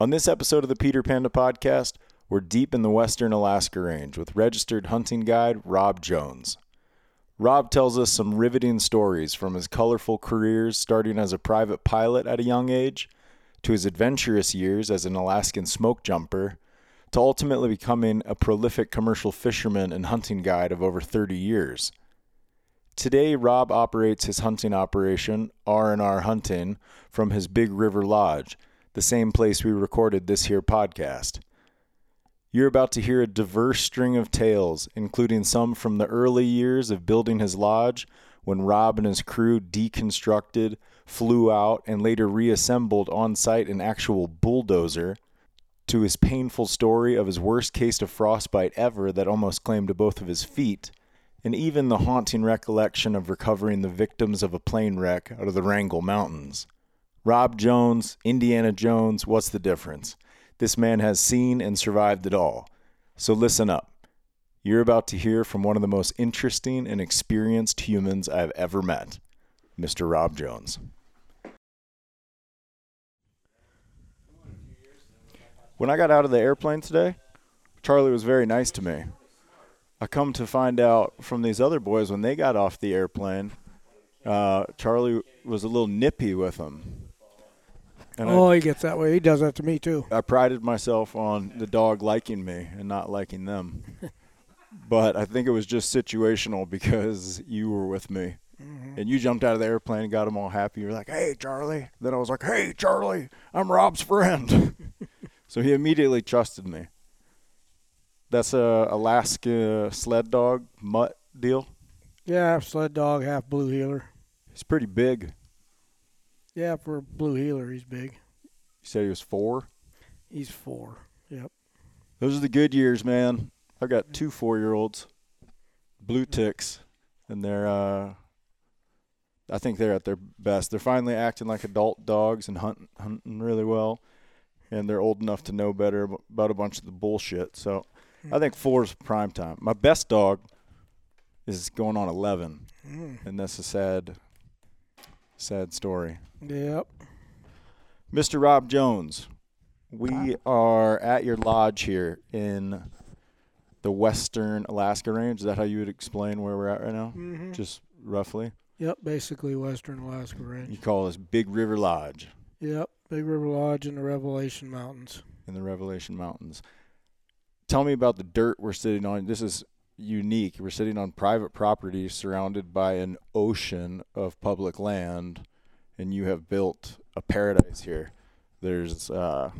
On this episode of the Peter Panda Podcast, we're deep in the Western Alaska Range with registered hunting guide Rob Jones. Rob tells us some riveting stories from his colorful careers starting as a private pilot at a young age, to his adventurous years as an Alaskan smoke jumper, to ultimately becoming a prolific commercial fisherman and hunting guide of over 30 years. Today, Rob operates his hunting operation, R&R Hunting, from his Big River Lodge, the same place we recorded this here podcast. You're about to hear a diverse string of tales, including some from the early years of building his lodge when Rob and his crew deconstructed, flew out, and later reassembled on site an actual bulldozer, to his painful story of his worst case of frostbite ever that almost claimed both of his feet, and even the haunting recollection of recovering the victims of a plane wreck out of the Wrangell Mountains. Rob Jones, Indiana Jones, what's the difference? This man has seen and survived it all. So listen up. You're about to hear from one of the most interesting and experienced humans I've ever met, Mr. Rob Jones. When I got out of the airplane today, Charlie was very nice to me. I come to find out from these other boys when they got off the airplane, uh, Charlie was a little nippy with them. And I- Oh, he gets that way. He does that to me too. I prided myself on the dog liking me and not liking them. but I think it was just situational because you were with me. And you jumped out of the airplane and got them all happy. You were like, hey, Charlie. Then I was like, hey, Charlie, I'm Rob's friend. so he immediately trusted me. That's a Alaska sled dog mutt deal. Yeah, half sled dog, half blue healer. He's pretty big. You Yeah, for a blue healer, he's big. said he was four. He's four. Yep. Those are the good years, man. I've got two four-year-olds, blue ticks, and they're. Uh, I think they're at their best. They're finally acting like adult dogs and hunting, hunting really well, and they're old enough to know better ab- about a bunch of the bullshit. So, I think four's prime time. My best dog is going on eleven, and that's a sad, sad story. Yep. Mr. Rob Jones, we are at your lodge here in the western Alaska range. Is that how you would explain where we're at right now? hmm Just roughly. Yep. Basically, Western Alaska You Range. call this Big River Lodge Yep. Big River Lodge in the Revelation Mountains. in the Revelation Mountains. Tell me about the dirt we're sitting on. This is unique. We're sitting on private property surrounded by an ocean of public land, and you have built a paradise here. There's uh,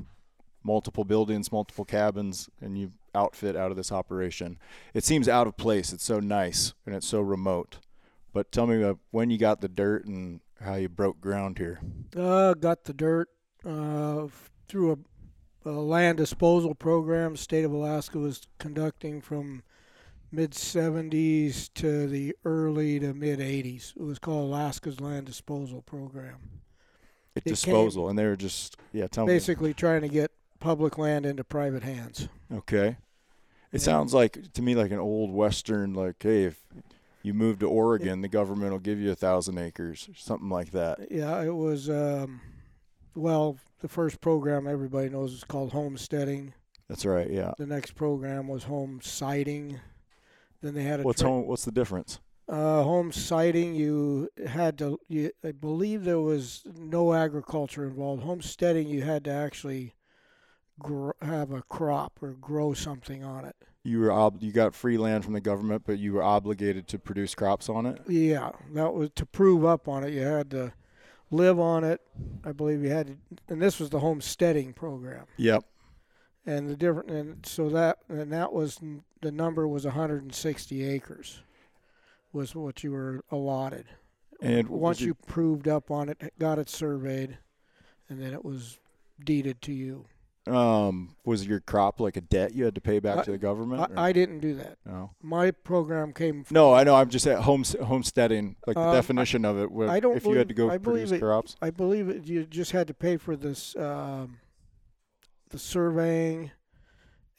multiple buildings, multiple cabins, and you outfit out of this operation. It seems out of place. It's so nice and it's so remote. But tell me about when you got the dirt and how you broke ground here. Uh, got the dirt uh, f- through a, a land disposal program. State of Alaska was conducting from mid '70s to the early to mid '80s. It was called Alaska's Land Disposal Program. It came- disposal, and they were just yeah. Tell me basically trying to get public land into private hands. Okay. It Yeah. sounds like to me like an old western like hey if you move to Oregon the government will give you a thousand acres or something like that. Yeah, it was. Um, well, the first program everybody knows is called homesteading. That's right. Yeah. The next program was home siting. Then they had a What's tra- home, what's the difference? uh, home siting. You had to. You, I believe there was no agriculture involved. Homesteading, you had to actually gr- have a crop or grow something on it. You were ob- you got free land from the government but you were obligated to produce crops on it. Yeah, that was to prove up on it. You had to live on it. I believe you had to, and this was the homesteading program. Yep. And the different, and so that, and that was the number was 160 acres, was what you were allotted. And was Once it- you proved up on it, got it surveyed, and then it was deeded to you. um was your crop like a debt you had to pay back I- to the government? or- I, I didn't do that. no. My program came. From, No, I know. I'm just at home homesteading, like the Um, I- definition of it. Where I don't if you had to believe- go I believe produce it- crops. I believe it, you just had to pay for this, um, the surveying,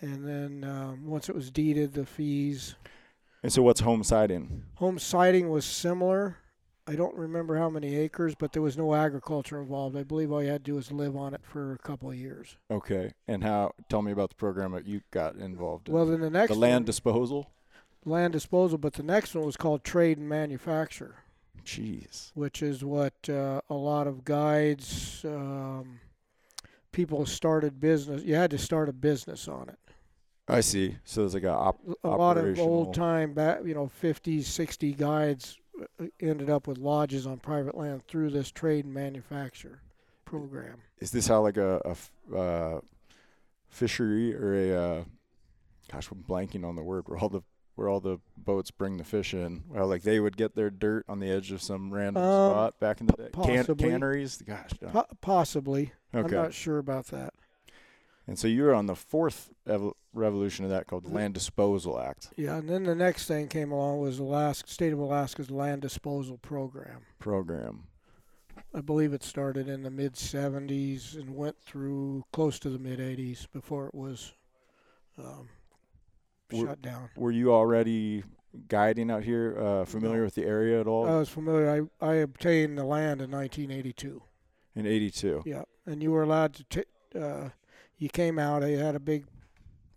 and then um, once it was deeded, the fees. And so, what's home siding? Home siding was similar. I don't remember how many acres, but there was no agriculture involved. I believe all you had to do was live on it for a couple of years. Okay. And how? Tell me about the program that you got involved in. Well, then the next the land one, disposal. land disposal, but the next one was called trade and manufacture. Jeez. which is what uh, a lot of guides, um, people started business. You had to start a business on it. I see. So there's like a op- A lot of Operational. old time, back, you know, 50, 60 guides uh, ended up with lodges on private land through this trade and manufacture program. is this how like a, a f- uh, fishery or a uh, gosh i'm blanking on the word where all the where all the boats bring the fish in well like they would get their dirt on the edge of some random Um, spot back in the day Can- possibly. canneries gosh uh, Po- possibly. okay I'm not sure about that. and so you were on the fourth ev- revolution of that called the land disposal act Yeah, and then the next thing came along was Alaska, state of Alaska's land disposal program. program I believe it started in the mid 70s and went through close to the mid 80s before it was um, Were- shut down. were you already guiding out here uh, familiar with the area at all I was familiar. I, I obtained the land in 1982. in 82 Yeah, and you were allowed to. T- uh, you came out. They had a big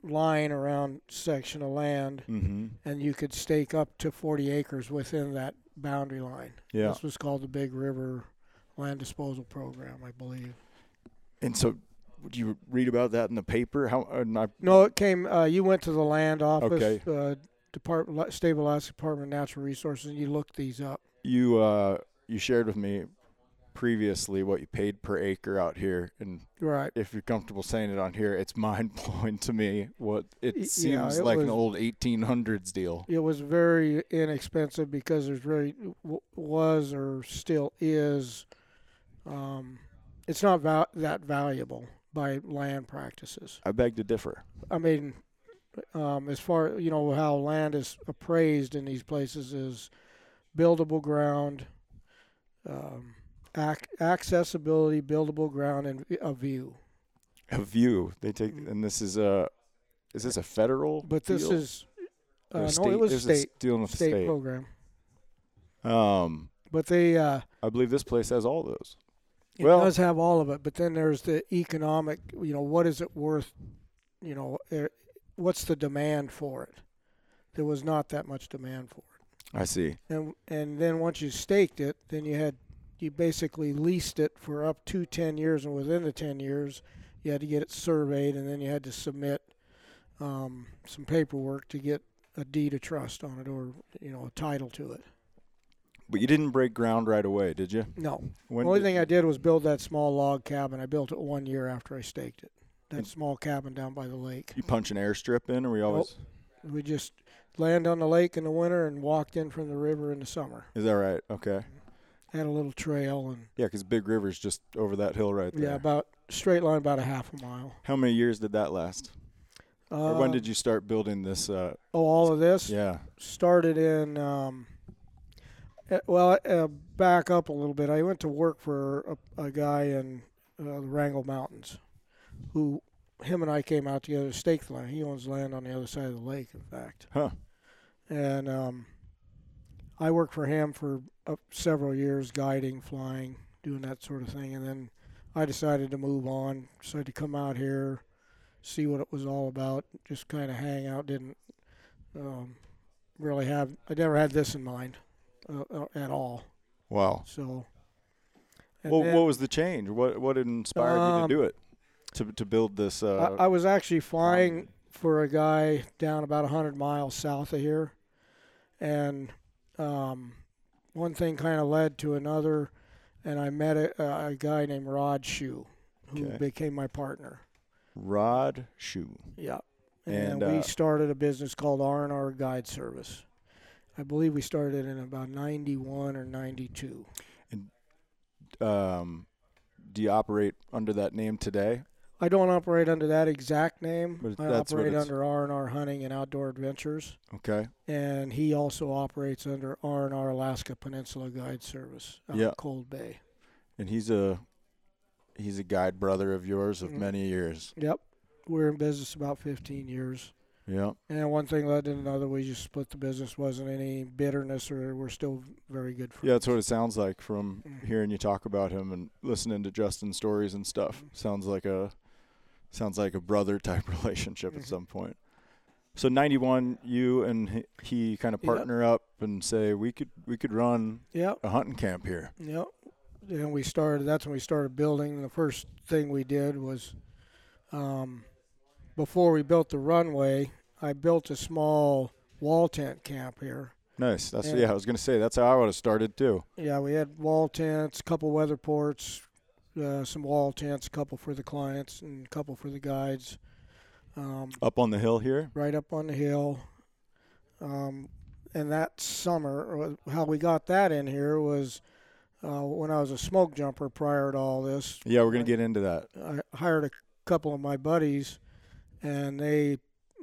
line around section of land, mm-hmm and you could stake up to 40 acres within that boundary line. yeah This was called the Big River Land Disposal Program, I believe. and so would you read about that in the paper how uh, and I, No, it came. Uh, you went to the land office, Okay. uh, department, state of Alaska Department of Natural Resources, and you looked these up. you uh you shared with me previously what you paid per acre out here and Right. if you're comfortable saying it on here it's mind blowing to me what it Y- yeah, seems it like an was- old 1800s deal It was very inexpensive because there's really w- was or still is. Um, it's not val- that valuable by land practices. i beg to differ I mean, um, as far you know how land is appraised in these places is buildable ground, um, ac- accessibility, buildable ground, and a view. a view they take Mm. and this is a is this a federal But this deal? is Or a uh, state, no, it was There's a state s- dealing with the state, state, program. um But they uh, i believe this place has all those it Well- does have all of it. But then there's the economic. You know, what is it worth? You know, er, what's the demand for it? There was not that much demand for it. i see and and then once you staked it, then you had you basically leased it for up to ten years, and within the ten years, you had to get it surveyed, and then you had to submit um, some paperwork to get a deed of trust on it, or you know, a title to it. but you didn't break ground right away did you No, when the only did- thing I did was build that small log cabin. I built it one year after I staked it. That And- small cabin down by the lake. you punch an airstrip in or we always We just land on the lake in the winter and walked in from the river in the summer. is that right okay Had a little trail and Yeah, because Big River's just over that hill right there. yeah, about straight line about a half a mile. How many years did that last? Uh, or when did you start building this? Uh, Oh, all of this yeah. started in. Um, eh, well, uh, back up a little bit. I went to work for a, a guy in uh, the Wrangell Mountains, who him and I came out together to stake the land. He owns land on the other side of the lake, in fact. Huh. And um, I worked for him for uh, several years, guiding, flying, doing that sort of thing. And then I decided to move on. Decided to come out here, see what it was all about. Just kind of hang out. Didn't um, really have. I never had this in mind uh, uh, at all. Wow. So. and Well, then what was the change? What What inspired you Um, to do it? To to build this. Uh, um, I, I was actually flying for a guy down about 100 miles south of here. And um, one thing kind of led to another. And I met a, a guy named Rod Shue, who Okay. became my partner. rod shoe. Yeah. And, And, we uh, started a business called R&R Guide Service. I believe we started in about 91 or 92. Um, do you operate under that name today? I don't operate under that exact name. But I that's what operate it's- under R&R Hunting and Outdoor Adventures. Okay. and he also operates under R and R Alaska Peninsula Guide Service out Yeah. of Cold Bay. And he's a he's a guide brother of yours of Mm. many years. Yep, we're in business about 15 years, Yeah. And one thing led to another. We just split the business. Wasn't any bitterness, or we're still very good friends. Yeah, that's what it sounds like from Mhm. hearing you talk about him and listening to Justin's stories and Mm-hmm. stuff. Sounds like a sounds like a brother type relationship at Mhm. some point. So 91 you and he, he kind of Yep. partner up and say we could we could run Yep. a hunting camp here. Yep. And we started. That's when we started building. And the first thing we did was, um, before we built the runway, I built a small wall tent camp here. Nice. That's Yeah. yeah, I was going to say that's how I would have started too. Yeah, we had wall tents, a couple weather ports, uh, some wall tents, a couple for the clients and a couple for the guides. Um, Up on the hill here. right up on the hill. Um, and that summer, uh, how we got that in here was uh, when I was a smoke jumper prior to all this. Yeah, we're going to get into that. I hired a couple of my buddies, and they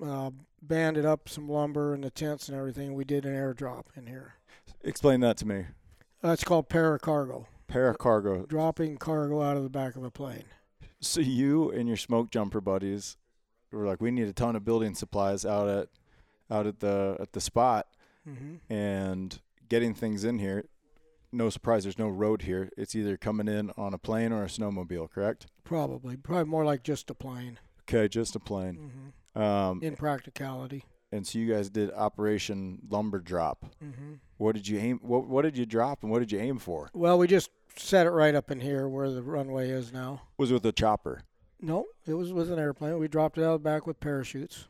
uh, banded up some lumber and the tents and everything. We did an airdrop in here. Explain that to me. That's called paracargo, Paracargo. dropping cargo out of the back of a plane. So you and your smoke jumper buddies were like, we need a ton of building supplies out at out at the at the spot hmm and getting things in here. No surprise, there's no road here. It's either coming in on a plane or a snowmobile, correct? Probably, probably more like just a plane. Okay, just a plane. hmm Um, In practicality. and so you guys did Operation Lumber Drop. hmm What did you aim? What what did you drop and what did you aim for? Well, we just set it right up in here where the runway is now. Was it with a chopper? No, it was with an airplane. We dropped it out of the back with parachutes.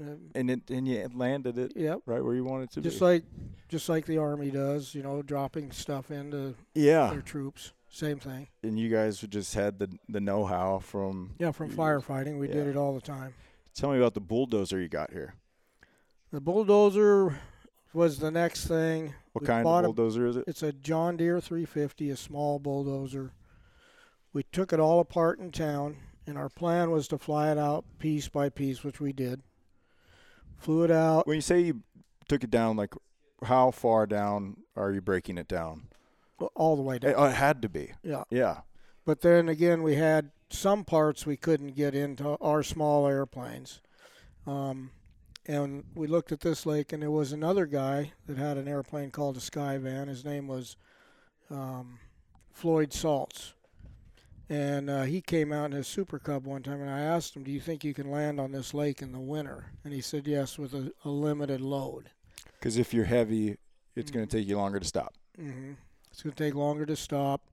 Uh, And it and you landed it yep. right where you wanted to Just be. like, just like the army does, you know, dropping stuff into yeah. their troops. Same thing. And you guys just had the the know how from Yeah, from Yes. firefighting, we did Yeah. it all the time. Tell me about the bulldozer you got here. The bulldozer was the next thing. What We kind bought of a- bulldozer is it? It's a John Deere 350, a small bulldozer. We took it all apart in town, and our plan was to fly it out piece by piece, which we did. Flew it out. When you say you took it down, like how far down are you breaking it down? all the way down. It, oh, it had to be. Yeah. Yeah. But then again, we had some parts we couldn't get into our small airplanes. Um, and we looked at this lake, and there was another guy that had an airplane called a Skyvan. His name was um, Floyd Salts. And uh, he came out in his Super Cub one time, and I asked him, Do you think you can land on this lake in the winter? And he said, Yes, with a, a limited load. Because if you're heavy, it's going Mhm. to take you longer to stop. hmm It's going to take longer to stop.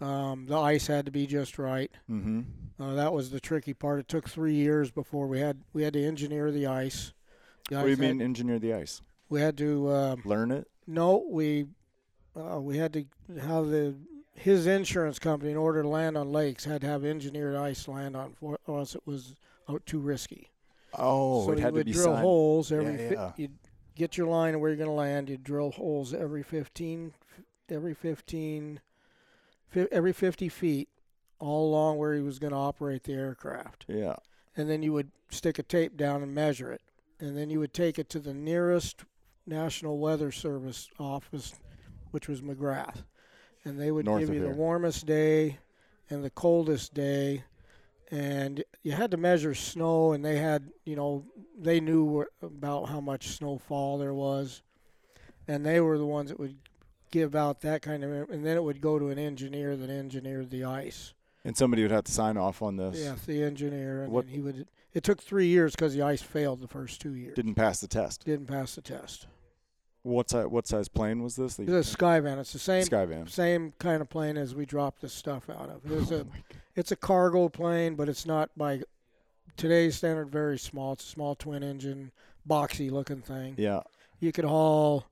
Um, the ice had to be just right. Mm-hmm. Uh, that was the tricky part. It took three years before we had we had to engineer the ice. The What do you ice had- mean, engineer the ice? we had to um, Learn it. no we uh, we had to how the his insurance company in order to land on lakes had to have engineered ice land on for us. It was uh, too risky. Oh, so it you had to would be drill signed. holes every. Yeah, fi- yeah. You'd get your line where you're going to land. You drill holes every fifteen, every fifteen, fi- every fifty feet, all along where he was going to operate the aircraft Yeah. and then you would stick a tape down and measure it and then you would take it to the nearest national weather service office which was mcgrath and they would North give of you the here. warmest day and the coldest day and you had to measure snow and they had you know they knew wh- about how much snowfall there was and they were the ones that would give out that kind of and then it would go to an engineer that engineered the ice And somebody would have to sign off on this. yeah, the engineer, and What- then he would. It took three years because the ice failed the first two years. Didn't pass the test. Didn't pass the test. What size, what size plane was this? that It's you- a Skyvan. It's the same Skyvan. same kind of plane as we dropped this stuff out of. It's Oh a my God. it's a cargo plane, but it's not by today's standard very small. It's a small twin engine, boxy looking thing. Yeah. You could haul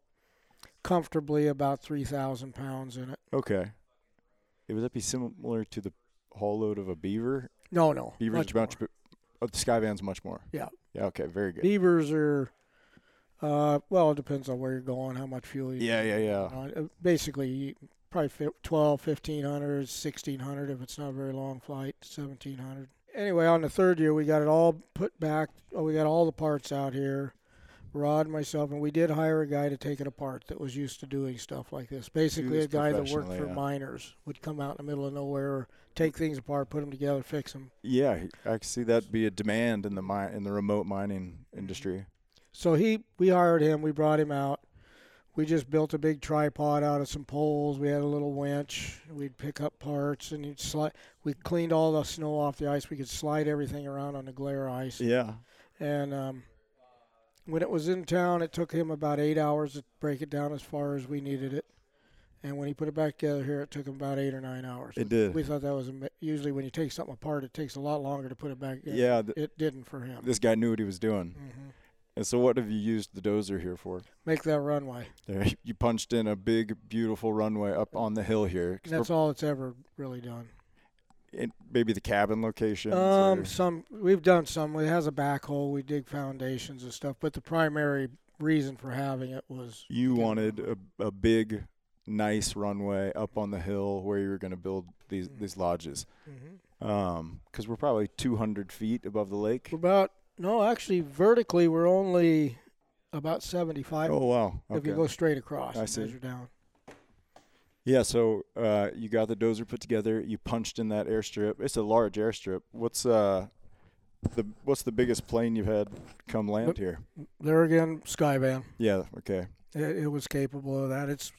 comfortably about three thousand pounds in it. Okay. It would that be similar to the haul load of a beaver? No, no, Beaver's much much. more. bi- oh, the Skyvan's much more. Yeah. Yeah. Okay. Very good. Beavers are. Uh, well, it depends on where you're going, how much fuel you. Yeah. Yeah. Yeah. Uh, basically, you probably fi- 12, 1500, 1600 if it's not a very long flight, uh, 1700. Anyway, on the third year, we got it all put back. oh, We got all the parts out here. Rod, myself, and we did hire a guy to take it apart that was used to doing stuff like this. Basically, was a guy that professional, worked for yeah. miners would come out in the middle of nowhere, take things apart, put them together, fix them. Yeah, I can see that be a demand in the mi- in the remote mining industry. So he, we hired him. We brought him out. We just built a big tripod out of some poles. We had a little winch. We'd pick up parts and he'd slide. We cleaned all the snow off the ice. We could slide everything around on the glare ice. Yeah. And um, when it was in town, it took him about eight hours to break it down as far as we needed it. And when he put it back together here, it took him about eight or nine hours. It did. We thought that was ama- usually when you take something apart, it takes a lot longer to put it back. in. Yeah, th- it didn't for him. this guy knew what he was doing. Mhm. And so, what have you used the dozer here for? Make that runway. There, you punched in a big, beautiful runway up on the hill here. 'cause That's all it's ever really done. we're- and maybe the cabin location. Um, some we've done some. It has a backhoe. We dig foundations and stuff. But the primary reason for having it was you wanted a, a big, nice runway up on the hill where you were going to build these Mm. these lodges. Mm-hmm. Because Um, we're probably 200 feet above the lake. We're about no, actually, vertically we're only about seventy-five. Oh wow! If Okay. you go straight across, I and see. measure down. Yeah, so uh, you got the dozer put together. You punched in that airstrip. It's a large airstrip. What's uh, the what's the biggest plane you've had come land Nope. here? There again, Skyvan. Yeah. Okay. It, it was capable of that. It's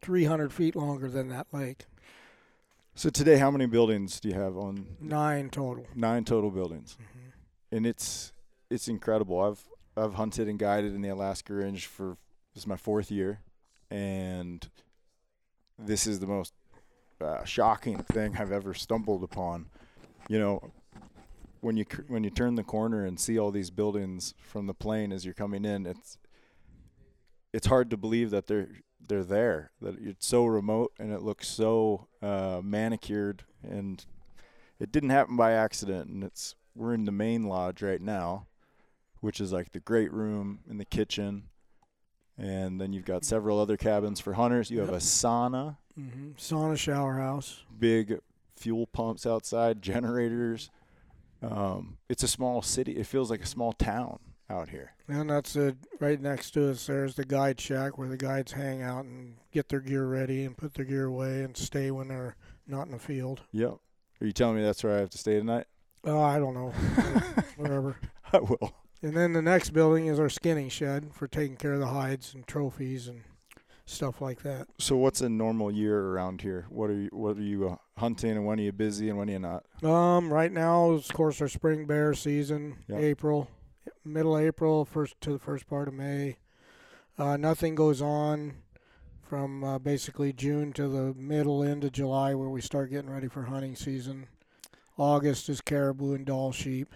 three hundred feet longer than that lake. So today, how many buildings do you have on Nine total. nine total buildings? And it's it's incredible. I've I've hunted and guided in the Alaska Range for this is my fourth year, and this is the most uh, shocking thing I've ever stumbled upon. You know, when you cr- when you turn the corner and see all these buildings from the plane as you're coming in, it's it's hard to believe that they're they're there. That it's so remote and it looks so uh, manicured, and it didn't happen by accident. And it's we're in the main lodge right now, which is like the great room and the kitchen, and then you've got several other cabins for hunters. You have a Yep. sauna Mm-hmm. Sauna, shower house. big fuel pumps outside, generators. Um, it's a small city. It feels like a small town out here. And that's it. Right next to us, there's the guide shack where the guides hang out and get their gear ready and put their gear away and stay when they're not in the field. Yep. Are you telling me that's where I have to stay tonight? Oh, I don't know, wherever. I will. And then the next building is our skinning shed for taking care of the hides and trophies and stuff like that. So, what's a normal year around here? What are you What are you uh, hunting, and when are you busy, and when are you not? Um, right now is of course our spring bear season, Yeah. April, middle of April, first to the first part of May. Uh, nothing goes on from uh, basically June to the middle end of July, where we start getting ready for hunting season. August is caribou and doll sheep,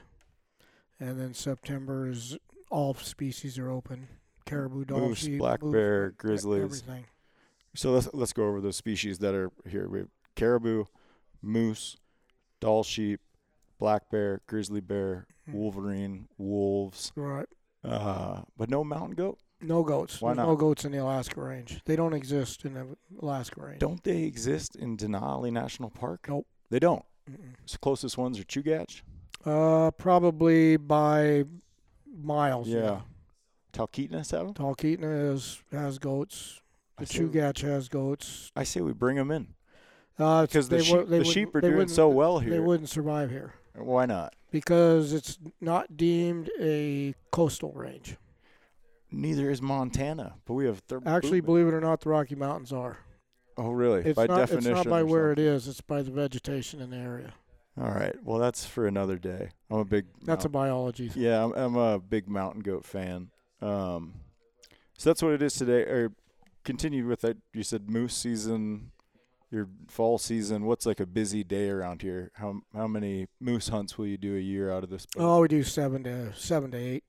and then September is all species are open: caribou, doll Moose, sheep, black moose, bear, e- grizzlies. everything. So let's let's go over those species that are here. We have caribou, moose, doll sheep, black bear, grizzly bear, Mhm. wolverine, wolves, Right. uh, but no mountain goat. No goats. Why There's not? No goats in the Alaska Range. They don't exist in the Alaska Range. Don't they exist in Denali National Park? Nope. They don't. Mm-mm. So closest ones are Chugach, Uh, probably by miles. Yeah. Talkeetna, have 'em? Talkeetna has has goats. I The say we- Chugach has goats. I say we bring them in Uh, it's- because the, they wo- sheep, they the wouldn't- sheep are they doing wouldn't- so well They here. wouldn't survive here Why not? because it's not deemed a coastal range. Neither is Montana, but we have thermal. Actually, believe it or not, the Rocky Mountains are. oh really? It's by not. definition, it's not by or where something. it is. It's by the vegetation in the area. All right. Well, that's for another day. I'm a big. That's a biology. thing. Yeah, I'm, I'm a big mountain goat fan. Um, so that's what it is today. Or continue with that. You said moose season, your fall season. What's like a busy day around here? How how many moose hunts will you do a year out of this? book? Oh, we do seven to seven to eight.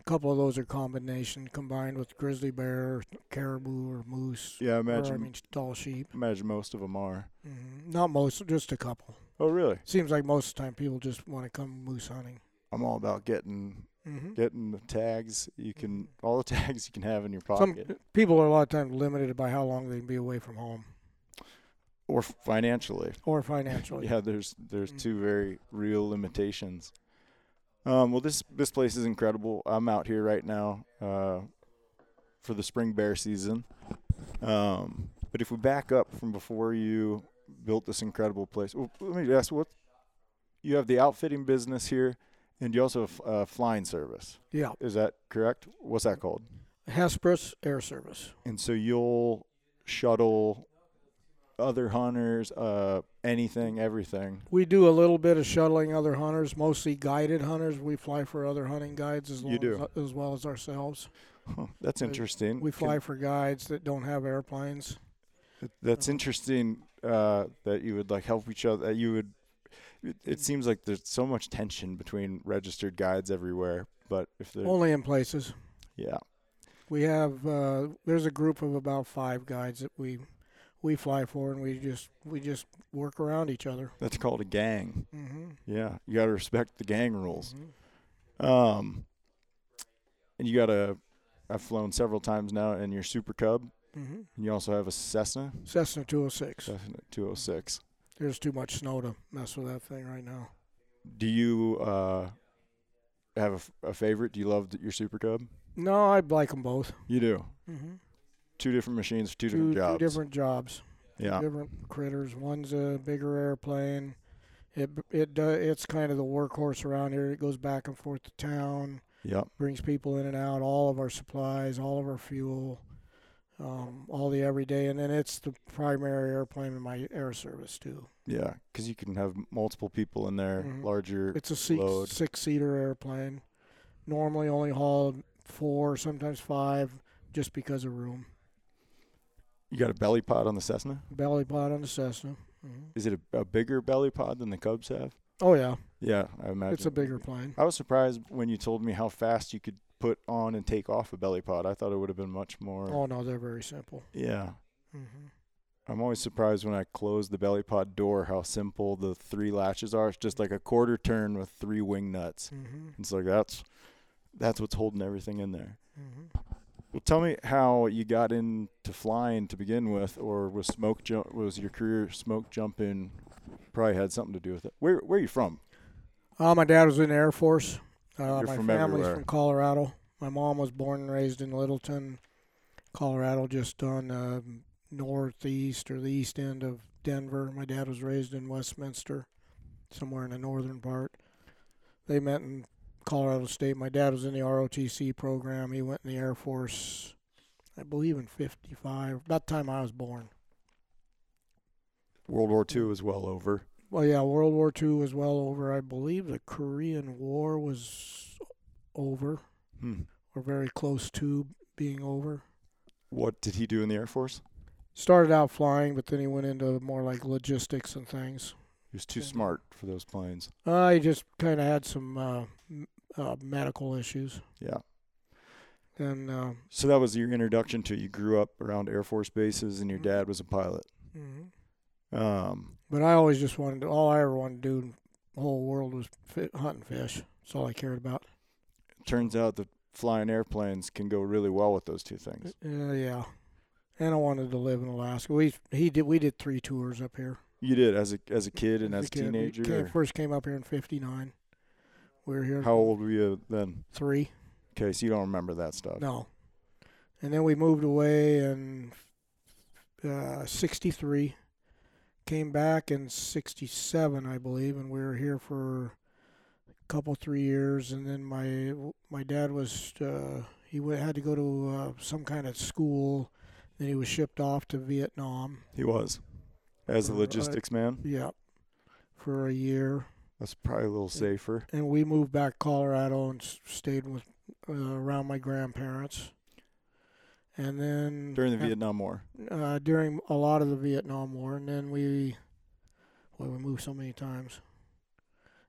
A couple of those are combination combined with grizzly bear, caribou, or moose. yeah, I Or, imagine I mean, doll sheep. imagine most of them are. hmm Not most, just a couple. Oh really? Seems like most of the time people just want to come moose hunting. I'm all about getting Mm-hmm. getting the tags. You can all the tags you can have in your Some pocket, people are a lot of times limited by how long they can be away from home or financially. or financially. Yeah, there's there's Mm. two very real limitations. Um, well, this this place is incredible. I'm out here right now uh, for the spring bear season. Um, but if we back up from before you built this incredible place, well, let me ask what you have the outfitting business here, and you also have a flying service. Yeah, Is that correct? What's that called? Hesperus Air Service. And so you'll shuttle other hunters, uh, anything, everything. We do a little bit of shuttling other hunters, mostly guided hunters. We fly for other hunting guides as, You long do. as, as well as ourselves. Huh, that's Uh, interesting. We Can- fly for guides that don't have airplanes. Th- That's interesting uh, that you would like help each other. That you would. It, it seems like there's so much tension between registered guides everywhere, but if they're Only in places. yeah, We have uh, there's a group of about five guides that we we fly for, and we just we just work around each other. that's called a gang. hmm Yeah, you gotta respect the gang rules. Mm-hmm. Um, and you gotta. I've flown several times now in your Super Cub, hmm and you also have a Cessna, Cessna 206. Cessna 206. There's too much snow to mess with that thing right now. Do you uh, have a f- a, favorite? Do you love th- your Super Cub? No, I like them both. You do. Mm-hmm. Two different machines, for two, Two, different jobs. two different jobs, yeah. different critters. One's a bigger airplane. It it do- it's kind of the workhorse around here. It goes back and forth to town, Yep. brings people in and out. All of our supplies, all of our fuel, um, all the everyday, and then it's the primary airplane in my air service too. Yeah, because you can have multiple people in there, Mhm. larger. It's a six Load. six seater airplane. Normally only haul four, sometimes five, just because of room. You got a belly pod on the Cessna. Belly pod on the Cessna. hmm Is it a, a bigger belly pod than the Cubs have? Oh yeah, Yeah, I imagine. it's a bigger plane. I was surprised when you told me how fast you could put on and take off a belly pod. I thought it would have been much more. Oh no, they're very simple. Yeah, hmm I'm always surprised when I close the belly pod door how simple the three latches are. It's just like a quarter turn with three wing nuts. hmm It's like that's that's what's holding everything in there. hmm Well, tell me how you got into flying to begin with, or was smoke jump was your career smoke jumping probably had something to do with it? Where where are you from? Uh, my dad was in the Air Force. Uh, You're my from family's everywhere. from Colorado. My mom was born and raised in Littleton, Colorado, just on the northeast or the east end of Denver. My dad was raised in Westminster, somewhere in the northern part. They met in Colorado State. My dad was in the ROTC program. He went in the Air Force, I believe, in 55, about the time I was born. World War II was well over. Well, yeah, World War II was well over. I believe the Korean War was over Hmm. or very close to being over. What did he do in the Air Force? Started out flying, but then he went into more like logistics and things. He was too Yeah. smart for those planes. I just kind of had some uh, m- uh, medical issues. Yeah. And uh, So that was your introduction to it. you grew up around Air Force bases, and your Mhm. dad was a pilot. mhm. Um, but I always just wanted to, all I ever wanted to do in the whole world was fi hunting fish. That's all I cared about. turns out that flying airplanes can go really well with those two things. Uh, yeah. And I wanted to live in Alaska. We he did we did three tours up here. You did as a as a kid and As a as a kid. We teenager. came- or- first came up here in '59. We were here How old were you then? three. Okay, so you don't remember that stuff. No, and then we moved away in uh, '63. Came back in '67, I believe, and we were here for a couple, three years. And then my my dad was uh, he wa- had to go to uh, some kind of school. Then he was shipped off to Vietnam. He was. As a Or, uh, logistics man, Yeah, for a year. that's probably a little safer. and we moved back to Colorado and s- stayed with uh, around my grandparents. And then During the Vietnam War, uh, during a lot of the Vietnam War, and then we, boy, we moved so many times.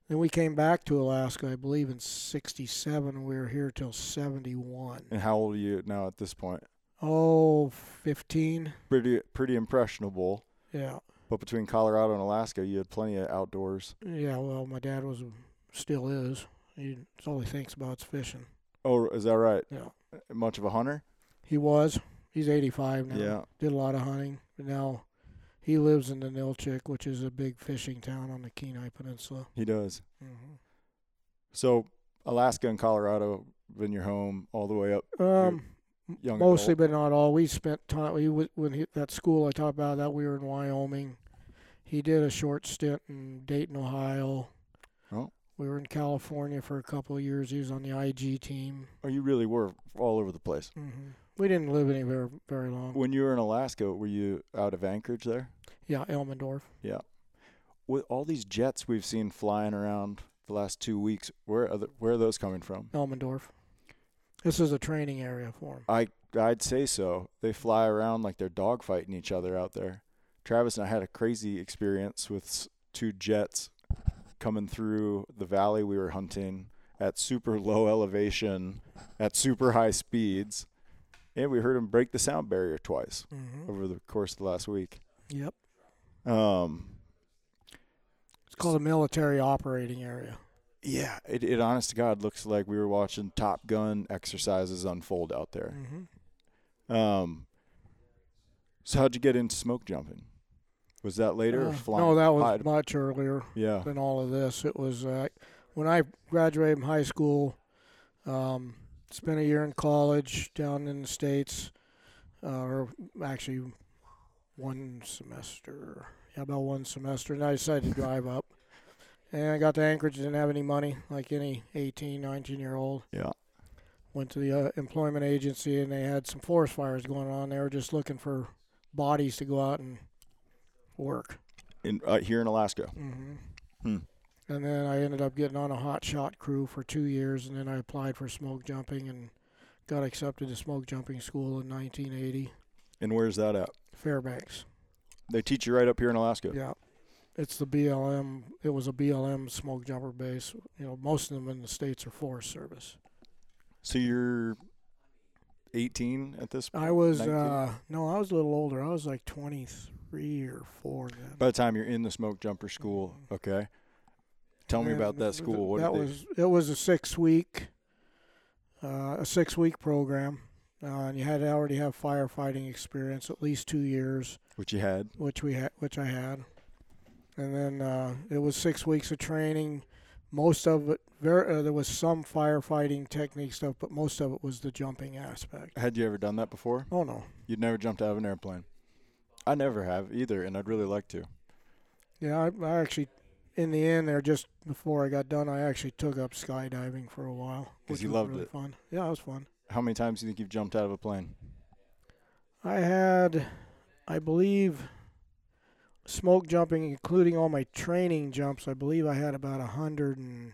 Then we came back to Alaska, I believe, in '67. We were here till '71. and how old are you now at this point? Oh, 15. Pretty, pretty impressionable. Yeah, But between Colorado and Alaska, you had plenty of outdoors. yeah. Well, my dad was, still is. He, it's all he thinks about is fishing. Oh, is that right? Uh, Yeah, Much of a hunter? he was. He's 85 now. Yeah. did a lot of hunting. But now he lives in the Nilchik, which is a big fishing town on the Kenai Peninsula. he does. Mm-hmm. So Alaska and Colorado been your home all the way up? Um, young mostly, but not all. We spent time. We w- when he, that school I talked about that we were in Wyoming. He did a short stint in Dayton, Ohio. Oh. We were in California for a couple of years. He was on the IG team. Oh, you really were all over the place. hmm We didn't live anywhere very long. When you were in Alaska, were you out of Anchorage there? Yeah, Elmendorf. With all these jets we've seen flying around the last two weeks, where are the, where are those coming from? Elmendorf. This is a training area for him. I I'd say so. They fly around like they're dogfighting each other out there. Travis and I had a crazy experience with s- two jets coming through the valley we were hunting at super low elevation at super high speeds, and we heard them break the sound barrier twice hmm over the course of the last week. Yep. Um, It's called a military operating area. yeah, it, it honest to God looks like we were watching Top Gun exercises unfold out there. hmm Um, so how'd you get into smoke jumping? Was that later or flying? Uh, Oh, no, that was high? much earlier. yeah. than all of this. It was uh, when I graduated from high school. Um, spent a year in college down in the states, uh, or actually one semester. Yeah, about one semester. And I decided to drive up, and I got to Anchorage. Didn't have any money, like any 18, 19 year old. Yeah. Went to the uh, employment agency, and they had some forest fires going on. They were just looking for bodies to go out and work. In uh, here in Alaska. Mhm. Hmm. And then I ended up getting on a hot shot crew for two years, and then I applied for smoke jumping and got accepted to smoke jumping school in 1980, And where's that at? Fairbanks. They teach you right up here in Alaska. Yeah, it's the BLM. It was a BLM smoke jumper base. You know, most of them in the states are Forest Service. So you're 18 at this point. I was 19? uh, no, I was a little older. I was like 23 or four then. By the time you're in the smoke jumper school, okay. Tell me And about that th- school. What that did they- was it was a six week, uh, a six week program, uh, and you had to already have firefighting experience at least two years, which you had. which we had, which I had, and then uh, it was six weeks of training. Most of it, there, uh, there was some firefighting technique stuff, but most of it was the jumping aspect. Had you ever done that before? Oh no, You'd never jumped out of an airplane. I never have either, and I'd really like to. yeah, I, I actually, in the end there, just before I got done, I actually took up skydiving for a while. 'Cause which you was loved really it. Fun. Yeah, it was fun. How many times do you think you've jumped out of a plane? I had, I believe, smoke jumping, including all my training jumps. I believe I had about a hundred and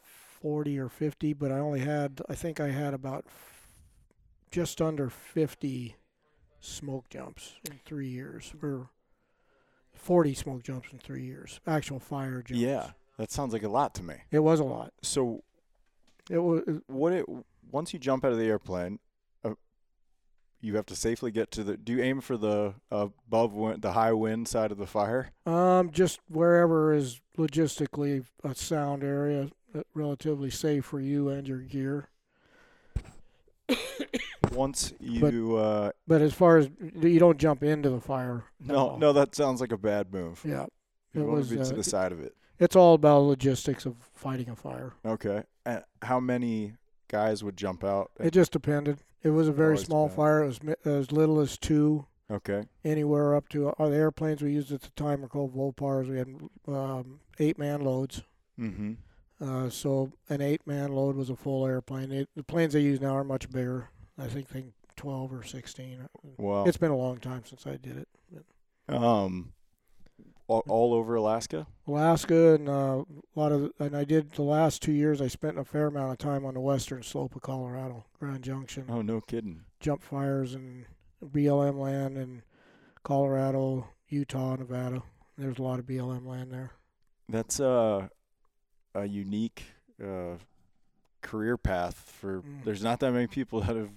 forty or fifty, but I only had, I think I had about f- just under fifty smoke jumps in three years, or forty smoke jumps in three years, actual fire jumps. Yeah, that sounds like a lot to me. it was a lot. So It was what it once you jump out of the airplane, uh, you have to safely get to the. Do you aim for the above wind, the high wind side of the fire? Um, just wherever is logistically a sound area, uh, relatively safe for you and your gear. Once you, uh, But as far as you don't jump into the fire. at no, all. no, that sounds like a bad move. Yeah, You it want was. to be to Uh, the side of it. it's all about logistics of fighting a fire. Okay. And how many guys would jump out? It just depended. It was a very Always small bad. fire. It was mi- as little as two, okay. anywhere up to. Uh, the airplanes we used at the time were called Volpars. We had um, eight-man loads. Mm-hmm. Uh, so an eight-man load was a full airplane. It, the planes they use now are much bigger. I think they twelve or sixteen. Wow. It's been a long time since I did it. um, all, all over Alaska. Alaska and uh, a lot of, and I did the last two years. I spent a fair amount of time on the western slope of Colorado, Grand Junction, Oh, no kidding. jump fires, and BLM land in Colorado, Utah, Nevada. There's a lot of BLM land there. That's uh, a unique uh, career path for. Mm. There's not that many people that have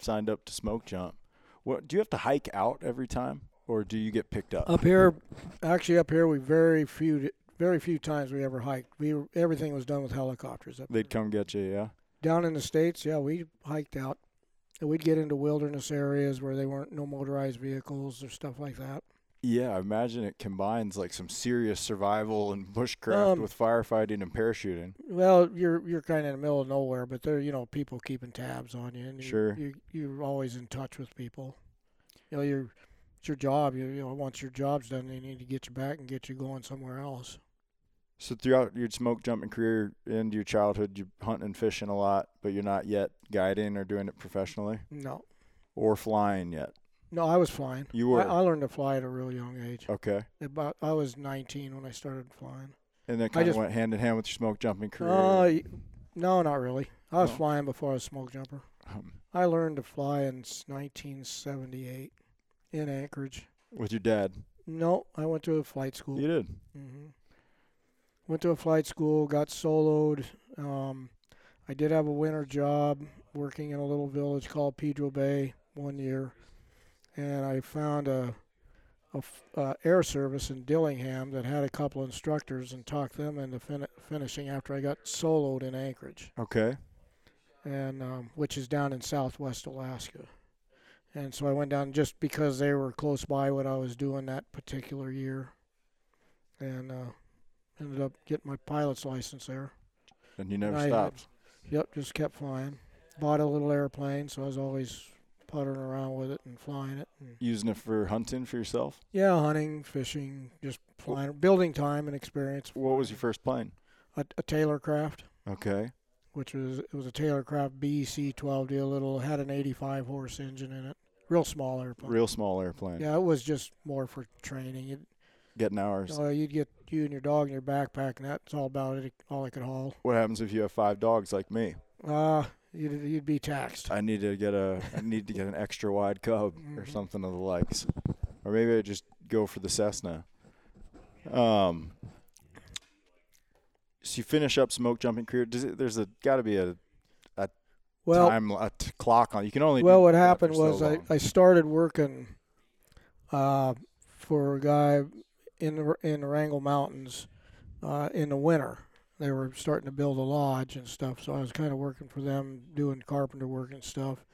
signed up to smoke jump. What do you have to hike out every time, or do you get picked up? Up here, actually, up here, we very few, very few times we ever hiked. We were- everything was done with helicopters. Up They'd come get you, yeah. down in the states, yeah, we hiked out, and we'd get into wilderness areas where they weren't no motorized vehicles or stuff like that. Yeah, I imagine it combines like some serious survival and bushcraft Um, with firefighting and parachuting. Well, you're you're kind of in the middle of nowhere, but there you know people keeping tabs on you, and you, Sure. you you're always in touch with people. You know, you're it's your job. You, you know, once your job's done, they need to get you back and get you going somewhere else. So throughout your smoke jumping career into your childhood, you're hunting and fishing a lot, but you're not yet guiding or doing it professionally No, or flying yet. no, I was flying. You were I, I learned to fly at a real young age. okay, About I was 19 when I started flying. and that kind of just- went hand in hand with your smoke jumping career. Uh, y- no, not really. I was No. flying before I was a smoke jumper. um, I learned to fly in s- 1978 in Anchorage. with your dad, No, I went to a flight school. you did. hmm Went to a flight school, got soloed. Um, I did have a winter job working in a little village called Pedro Bay one year, and I found a, a f- uh, air service in Dillingham that had a couple instructors and talked them into fin- finishing after I got soloed in Anchorage Okay, and um, which is down in Southwest Alaska. And so I went down just because they were close by what I was doing that particular year, and uh, ended up getting my pilot's license there. and you never I had- stopped. Yep, just kept flying. Bought a little airplane, so I was always puttering around with it and flying it. And Using it for hunting for yourself. yeah, hunting, fishing, just flying, building time and experience. What was your first plane? A, a Taylor Craft, Okay, which was it was a Taylor Craft BC-12 deal. Little had an 85 horse engine in it, real small airplane. real small airplane. Yeah, it was just more for training. It, Getting hours. uh, you'd get you and your dog in your backpack, and that's all about it. All I could haul. What happens if you have five dogs like me? Uh, you'd, you'd be taxed. I need to get a I need to get an extra wide cub or Mhm. something of the likes, or maybe I just go for the Cessna. Um, so you finish up smoke jumping career. Does it, there's a got to be a Well, time a t- clock on. You can only well, do what that happened for so was I, long. I started working uh, for a guy in the in the Wrangell Mountains uh, in the winter. They were starting to build a lodge and stuff, so I was kind of working for them, doing carpenter work and stuff.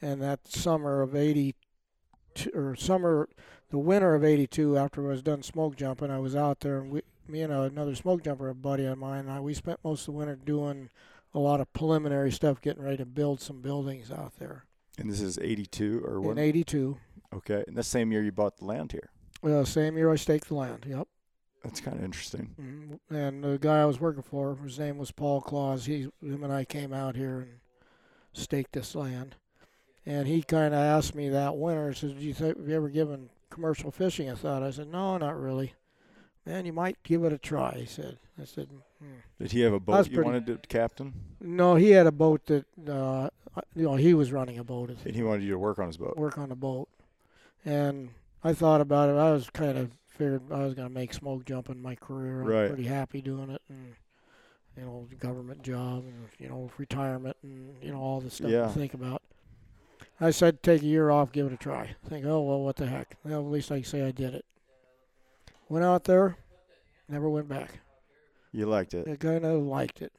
And that summer of '80, or summer, the winter of '82, after I was done smoke jumping, I was out there, and we, me and uh, another smoke jumper, a buddy of mine, and I, we spent most of the winter doing a lot of preliminary stuff, getting ready to build some buildings out there and this is 82 or what? in '82. Okay, and the same year you bought the land here. Uh, same year I staked the land. Yep. That's kind of interesting. Mhm. And the guy I was working for, his name was Paul Claus. He, him, and I came out here and staked this land. And he kind of asked me that winter, says, "Do you think have you ever given commercial fishing a thought?" I said, "No, not really." Man, you might give it a try," he said. I said, hmm. Did he have a boat That's you pretty- wanted to captain? "No." He had a boat that, uh, you know, he was running a boat at the And he wanted you to work on his boat. work on the boat. And I thought about it. I was kind of figured I was going to make smoke jumping my career. I'm Right. pretty happy doing it, and you know, government job, and you know, retirement, and you know, all the stuff Yeah. to think about. I said, take a year off, give it a try. Think, oh well, what the heck? Well, at least I can say I did it. Went out there, never went back. You liked it. I kind of liked it.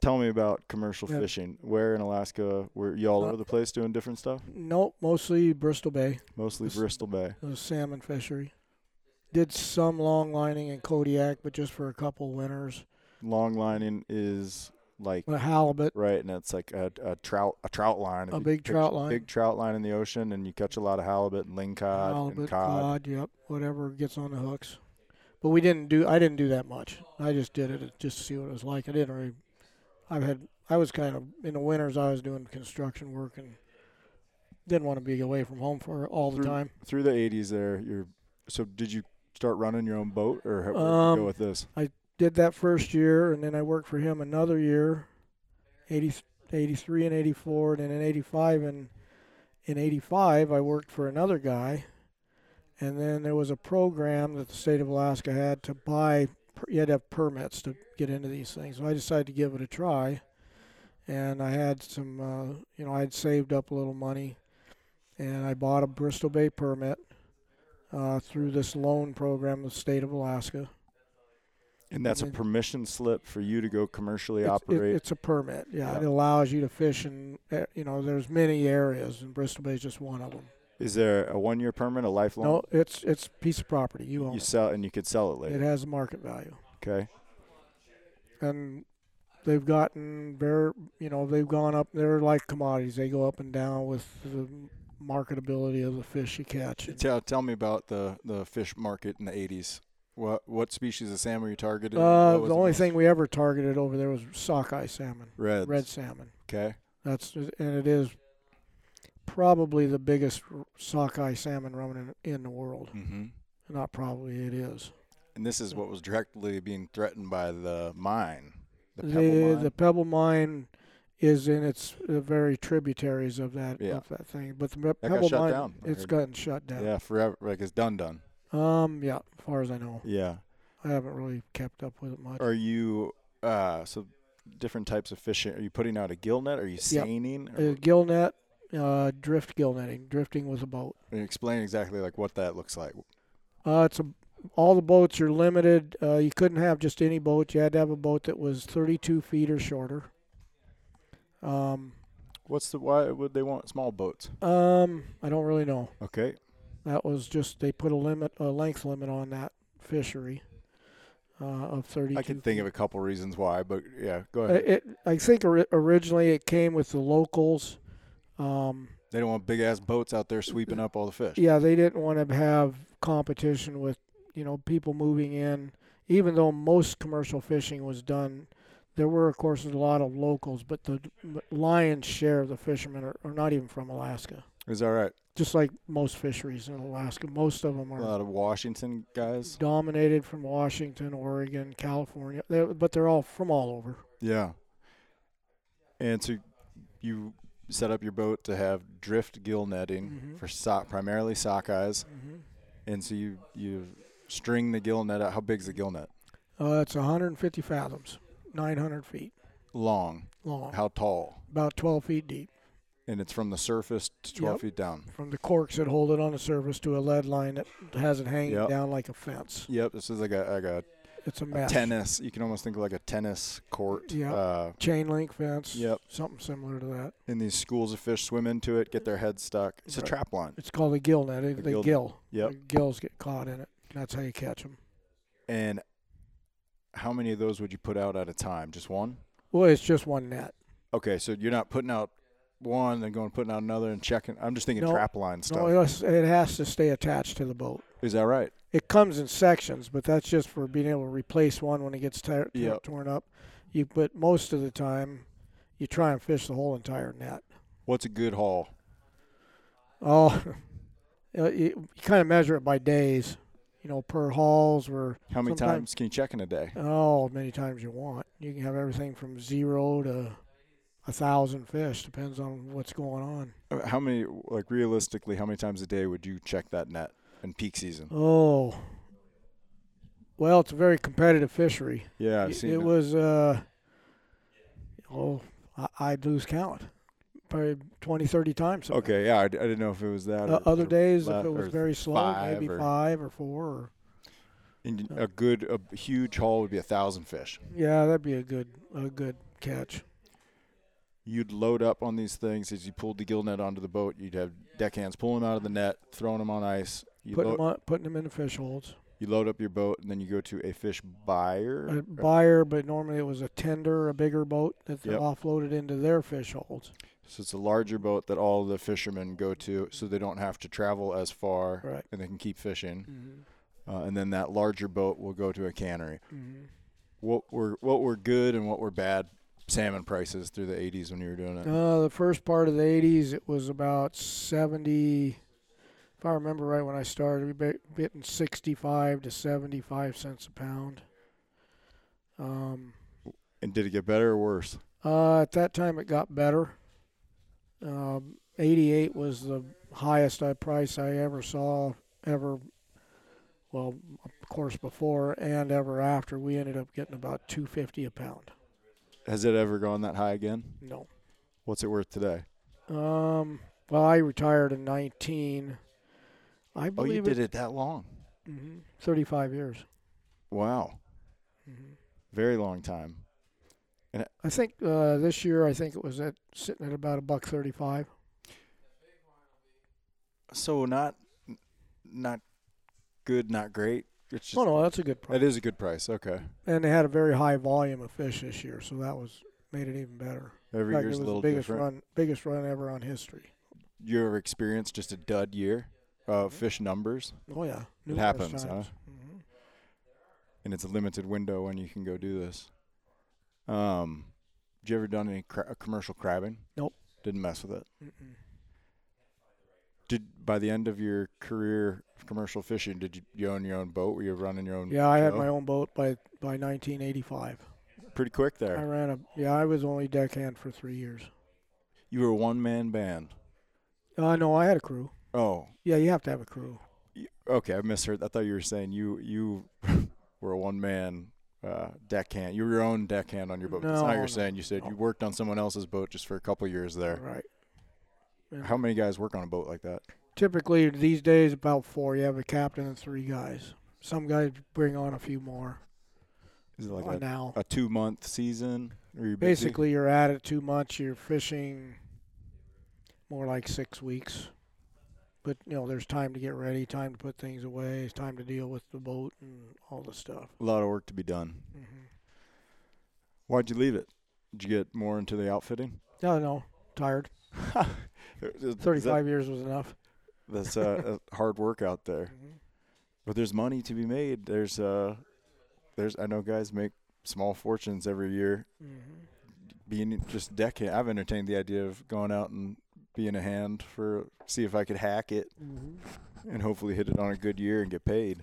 Tell me about commercial Yeah. fishing. Where in Alaska were you all Uh, over the place doing different stuff? Nope, mostly Bristol Bay. Mostly This- Bristol Bay. It was salmon fishery. Did some long lining in Kodiak, but just for a couple winters. Long lining is like A halibut, right, and it's like a, a trout a trout line. If A you big picture- trout line. Big trout line in the ocean, and you catch a lot of halibut and ling cod and halibut, cod. cod, yep, whatever gets on the hooks. But we didn't do. I didn't do that much. I just did it just to see what it was like. I didn't really. I had. I was kind of in the winters. I was doing construction work and didn't want to be away from home for all the Through- time. Through the eighties, there. You're so. Did you start running your own boat, or how, where'd Um, you go with this? did that first year, and then I worked for him another year, 80, 83 and 84, and then in 85 and in 85 I worked for another guy, and then there was a program that the state of Alaska had to buy. per- You had to have permits to get into these things, so I decided to give it a try, and I had some, uh, you know, I had saved up a little money, and I bought a Bristol Bay permit uh, through this loan program, the state of Alaska. And that's a then- permission slip for you to go commercially It's- it- operate. It's a permit, yeah. Yeah. eh, It allows you to fish in, uh, you know, there's many areas, and Bristol Bay's just one of them. Is there a one year permit, a lifelong? No, it's it's a piece of property. You own You it. sell and you could sell it It later. has a market value, Okay. and they've gotten very you know they've gone up. They're like commodities. They go up and down with the marketability of the fish you catch. Tell, tell me about the, the fish market in the 80s. What what species of salmon were you targeting? Uh, What was the it only most? thing we ever targeted over there was sockeye salmon, Reds. red salmon. Okay. That's and it is probably the biggest r- sockeye salmon ruminant in the world. Mm-hmm. Not probably, it is. And this is what was directly being threatened by the mine, the pebble the, mine. the Pebble Mine is in its the very tributaries of that Yeah. of that thing. But the Pe- got Pebble shut Mine, down, I it's heard. gotten shut down. yeah, forever. Like it's done, done. Um, yeah, as far as I know, Yeah. I haven't really kept up with it much. Are you uh so different types of fishing? Are you putting out a gill net? Are you seining? Or- Uh, gill net, uh, drift gill netting, drifting with a boat. and explain exactly like what that looks like. Uh, it's a, all the boats are limited. Uh, you couldn't have just any boat. You had to have a boat that was 32 feet or shorter. Um, What's the why would they want small boats? um, I don't really know. Okay. That was just they put a limit, a length limit on that fishery uh, of 32. I can think of a couple reasons why, but yeah, go Uh, ahead. It, I think ori- originally it came with the locals. Um, they don't want big ass boats out there sweeping up all the fish. yeah, they didn't want to have competition with you know people moving in. Even though most commercial fishing was done, there were of course a lot of locals, but the lion's share of the fishermen are, are not even from Alaska. Is that right? Just like most fisheries in Alaska, most of them A are lot of Washington guys. dominated from Washington, Oregon, California, they but they're all from all over. Yeah. And so you set up your boat to have drift gill netting Mhm. for sock, primarily sockeyes, Mm-hmm. and so you you string the gill net out. How big's the gill net? Uh, it's 150 fathoms, 900 feet Long. long, How tall? about 12 feet deep. And it's from the surface to 12 Yep. feet down. From the corks that hold it on the surface to a lead line that has it hanging Yep. down like a fence. Yep. This is like a like a It's a mess. tennis. You can almost think of like a tennis court. Yep. Uh, Chain link fence. Yep. Something similar to that. and these schools of fish swim into it, get their heads stuck. It's a Right. trap line. It's called a gill net. They, A they gill- gill. gill. Yep. The gills get caught in it. That's how you catch them. And how many of those would you put out at a time? Just one? Well, it's just one net. Okay, so you're not putting out one, then going putting out another and checking. I'm just thinking No. trap line stuff. No, it has- it has to stay attached to the boat. Is that right? it comes in sections, but that's just for being able to replace one when it gets tar- tor- Yep. torn up. You but most of the time, you try and fish the whole entire net. What's a good haul? Oh, you, you kind of measure it by days, you know, per hauls or How many Sometime- times can you check in a day? oh, many times you want. You can have everything from zero to a thousand fish, depends on what's going on. Uh, How many, like realistically, how many times a day would you check that net in peak season? Oh, well, it's a very competitive fishery. Yeah, I've it, seen it it. was uh oh I, I lose count probably 20 30 times sometimes. Okay, yeah, I, d- I didn't know if it was that. uh, or- other or days la- if it was or very slow five maybe or- five or four or, and uh, a good, a huge haul would be a thousand fish. yeah that'd be a good a good catch You'd load up on these things as you pulled the gill net onto the boat. You'd have deckhands pulling them out of the net, throwing them on ice. You, putting load, them, on, putting them in the fish holds you load up your boat, and then you go to a fish buyer. a buyer but normally it was a tender a bigger boat that they Yep. offloaded into their fish holds So it's a larger boat that all the fishermen go to, so they don't have to travel as far, Right. and they can keep fishing. Uh, and then that larger boat will go to a cannery. Mhm. What were what were good and what were bad salmon prices through the 80s when you were doing it? Uh, the first part of the 80s, it was about 70. If I remember right, when I started, we bit getting 65 to 75 cents a pound. Um, And did it get better or worse? uh, at that time, it got better. Um, 88 was the highest I price I ever saw ever. Well, of course, before and ever after, we ended up getting about 250 a pound. Has it ever gone that high again? No. What's it worth today? Um, well, I retired in 19. I Oh, you believe did it that long. hmm 35 years. Wow, Mm-hmm. very long time. I think uh, this year, I think it was at sitting at about a buck 35. So not, not good, not great. It's just, Oh no, that's a good price. That is a good price. Okay. And they had a very high volume of fish this year, so that was made it even better. In Every fact, year's it a was little the biggest different. run, biggest run ever on history. You ever experienced just a dud year Mm-hmm. of fish numbers, Oh yeah, It happens, hmm and it's a limited window when you can go do this. Um, did you ever done any cra- commercial crabbing? Nope. Didn't mess with it. Mm-mm. Did by the end of your career of commercial fishing, did you, you own your own boat? Were you running your own? Yeah, I had show? my own boat by by 1985. Pretty quick I there. ran a yeah, I was only deckhand for three years. You were a one man band. Uh, no, I had a crew. Oh, Yeah, you have to have a crew. y- okay. I misheard. I thought you were saying you you were a one man uh, deckhand. You were your own deckhand on your boat. That's not what No, you're no, saying. You said no. you worked on someone else's boat just for a couple years there. Right. And How many guys work on a boat like that? Typically these days about four. You have a captain and three guys. Some guys bring on a few more. Is it like Uh, a, now, a two month season? Are you busy? basically, you're at it too much. You're fishing more like six weeks. But you know, there's time to get ready, time to put things away, time to deal with the boat and all the stuff. a lot of work to be done. hmm Why'd you leave it? Did you get more into the outfitting? No, no, tired. Is that- Thirty-five years was enough. that's uh, uh, hard work out there. Mhm. But there's money to be made. There's uh, there's I know guys make small fortunes every year Mhm. being just deckhand. I've entertained the idea of going out and being a hand for see if I could hack it Mhm. and hopefully hit it on a good year and get paid.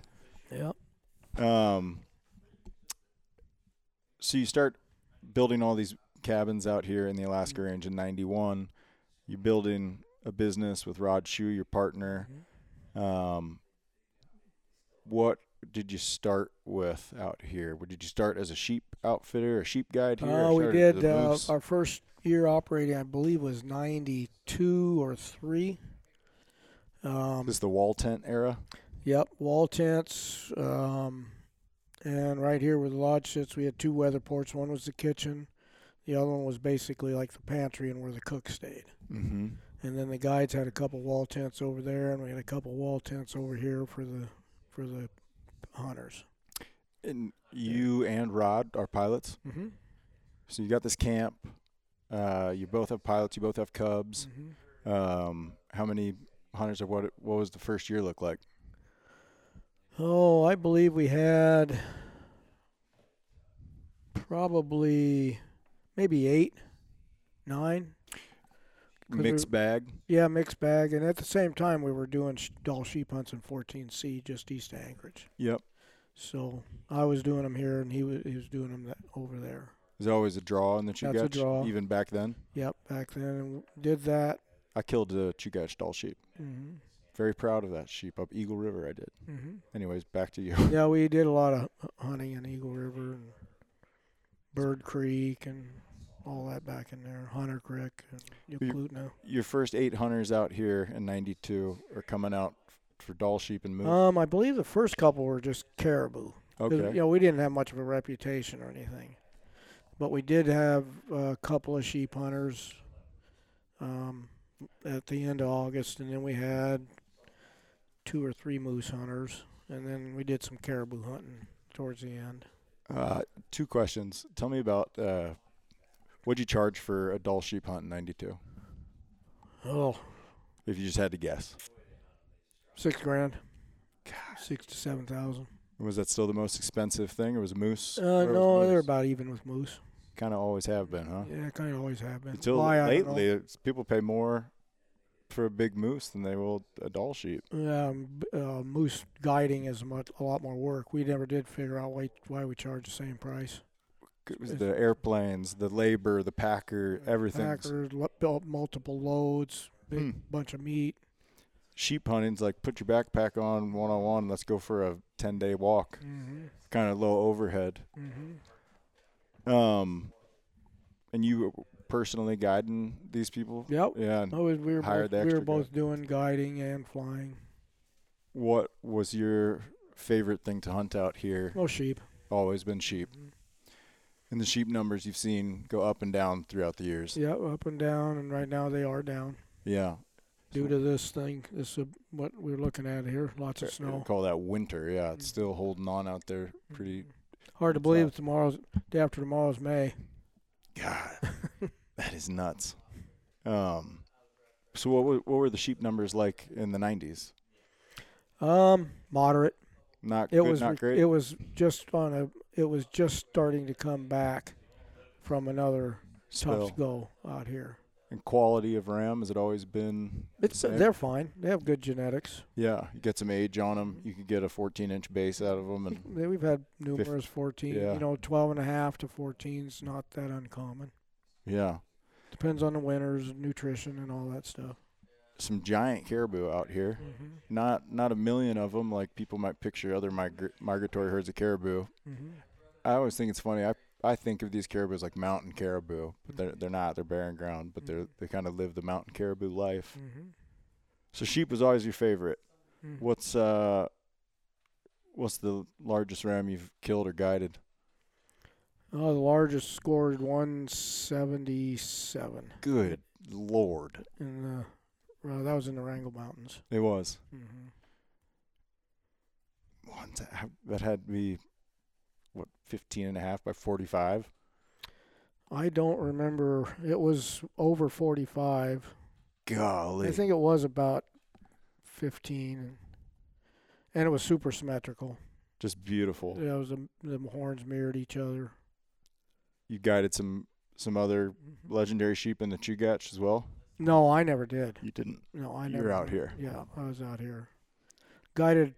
Yep. Um, so you start building all these cabins out here in the Alaska Range in '91. You're building a business with Rod Shu, your partner. Um, what did you start with out here? What- Did you start as a sheep outfitter, a sheep guide here? Uh, or we started as did. a Uh, moose? our first year operating, I believe, was ninety-two or three. Um, this is the wall tent era. Yep, wall tents. Um, and right here where the lodge sits, we had two weather ports. One was the kitchen, the other one was basically like the pantry and where the cook stayed. Mm-hmm. And then the guides had a couple wall tents over there, and we had a couple wall tents over here for the for the hunters. And you and Rod are pilots. Mm-hmm. So you got this camp. Uh, you both have pilots. You both have cubs. mm-hmm. um, how many hunters or what what was the first year look like? Oh, I believe we had probably maybe eight, nine. 'Cause we- Mixed bag. Yeah, mixed bag. And at the same time, we were doing sh- doll sheep hunts in 14C just east of Anchorage. Yep. So I was doing them here, and he was he was doing them that, over there. There's always a draw in the Chugach, That's a draw. even back then. Yep, back then and did that. I killed a Chugach doll sheep. hmm Very proud of that sheep up Eagle River. I did. hmm Anyways, back to you. Yeah, we did a lot of h- hunting in Eagle River and Bird Creek and all that back in there, Hunter Creek and Euclidna. Your first eight hunters out here in '92 are coming out for doll sheep and moose. Um, I believe the first couple were just caribou. 'Cause, okay. You know, we didn't have much of a reputation or anything, but we did have a couple of sheep hunters um, at the end of August, and then we had two or three moose hunters, and then we did some caribou hunting towards the end. Uh, two questions. Tell me about uh, what'd you charge for a doll sheep hunt in '92? Oh, If you just had to guess, six grand. Six to seven thousand. was that still the most expensive thing, or was moose? Uh, no, they're about even with moose. kind of always have been, huh? Yeah, kind of always have been. Until Why, I don't know. lately, it's, people pay more for a big moose than they will a doll sheep. um, b- uh, moose guiding is much a lot more work. We never did figure out why why we charge the same price. It was the airplanes, the labor, the packer, everything. Packers lo- built multiple loads, big Hmm. bunch of meat. Sheep hunting's like put your backpack on one on one. Let's go for a ten day walk. Mm-hmm. Kind of low overhead. Mm-hmm. Um, and you were personally guiding these people. Yep. Yeah. and I was, we were Hired both, the we were extra guy. both doing guiding and flying. What was your favorite thing to hunt out here? Well, sheep. Always been sheep. Mhm. And the sheep numbers you've seen go up and down throughout the years. Yeah, up and down, and right now they are down. Yeah. due to this thing. This is what we're looking at here. Lots of We snow. Mm-hmm. Call that winter. Yeah, it's still holding on out there. Pretty. Hard to It's believe not- tomorrow's day after tomorrow's May. God, that is nuts. Um, so what were, what were the sheep numbers like in the '90s? Um, moderate. Not It good, was not re- great. it was just on a it was just starting to come back from another Spill. tough go out here. and quality of ram has it always been? the It's same? they're fine. They have good genetics. yeah. You get some age on them. You could get a 14-inch base out of them, and They- We've had numerous 14, yeah. you know, 12 and a half to 14 is not that uncommon. yeah, Depends on the winters, nutrition, and all that stuff. some giant caribou out here. Mm-hmm. Not not a million of them like people might picture other migra- migratory herds of caribou. Mm-hmm. I always think it's funny. I I think of these caribou as like mountain caribou, but they're they're not. They're barren ground, but they're they kind of live the mountain caribou life. Mm-hmm. So sheep was always your favorite. What's uh, what's the largest ram you've killed or guided? Oh, the largest scored 177 Good lord, in the. Well, that was in the Wrangell Mountains. it was Mm-hmm. one ta- that had to be what 15 and a half by 45 I don't remember. It was over 45. I golly think it was about 15, and it was super symmetrical. just beautiful Yeah, it was the, the horns mirrored each other. you guided some some other legendary sheep in the chugach as well No, I never did. you didn't No, I You never. were out here. Yeah, I was out here. Guided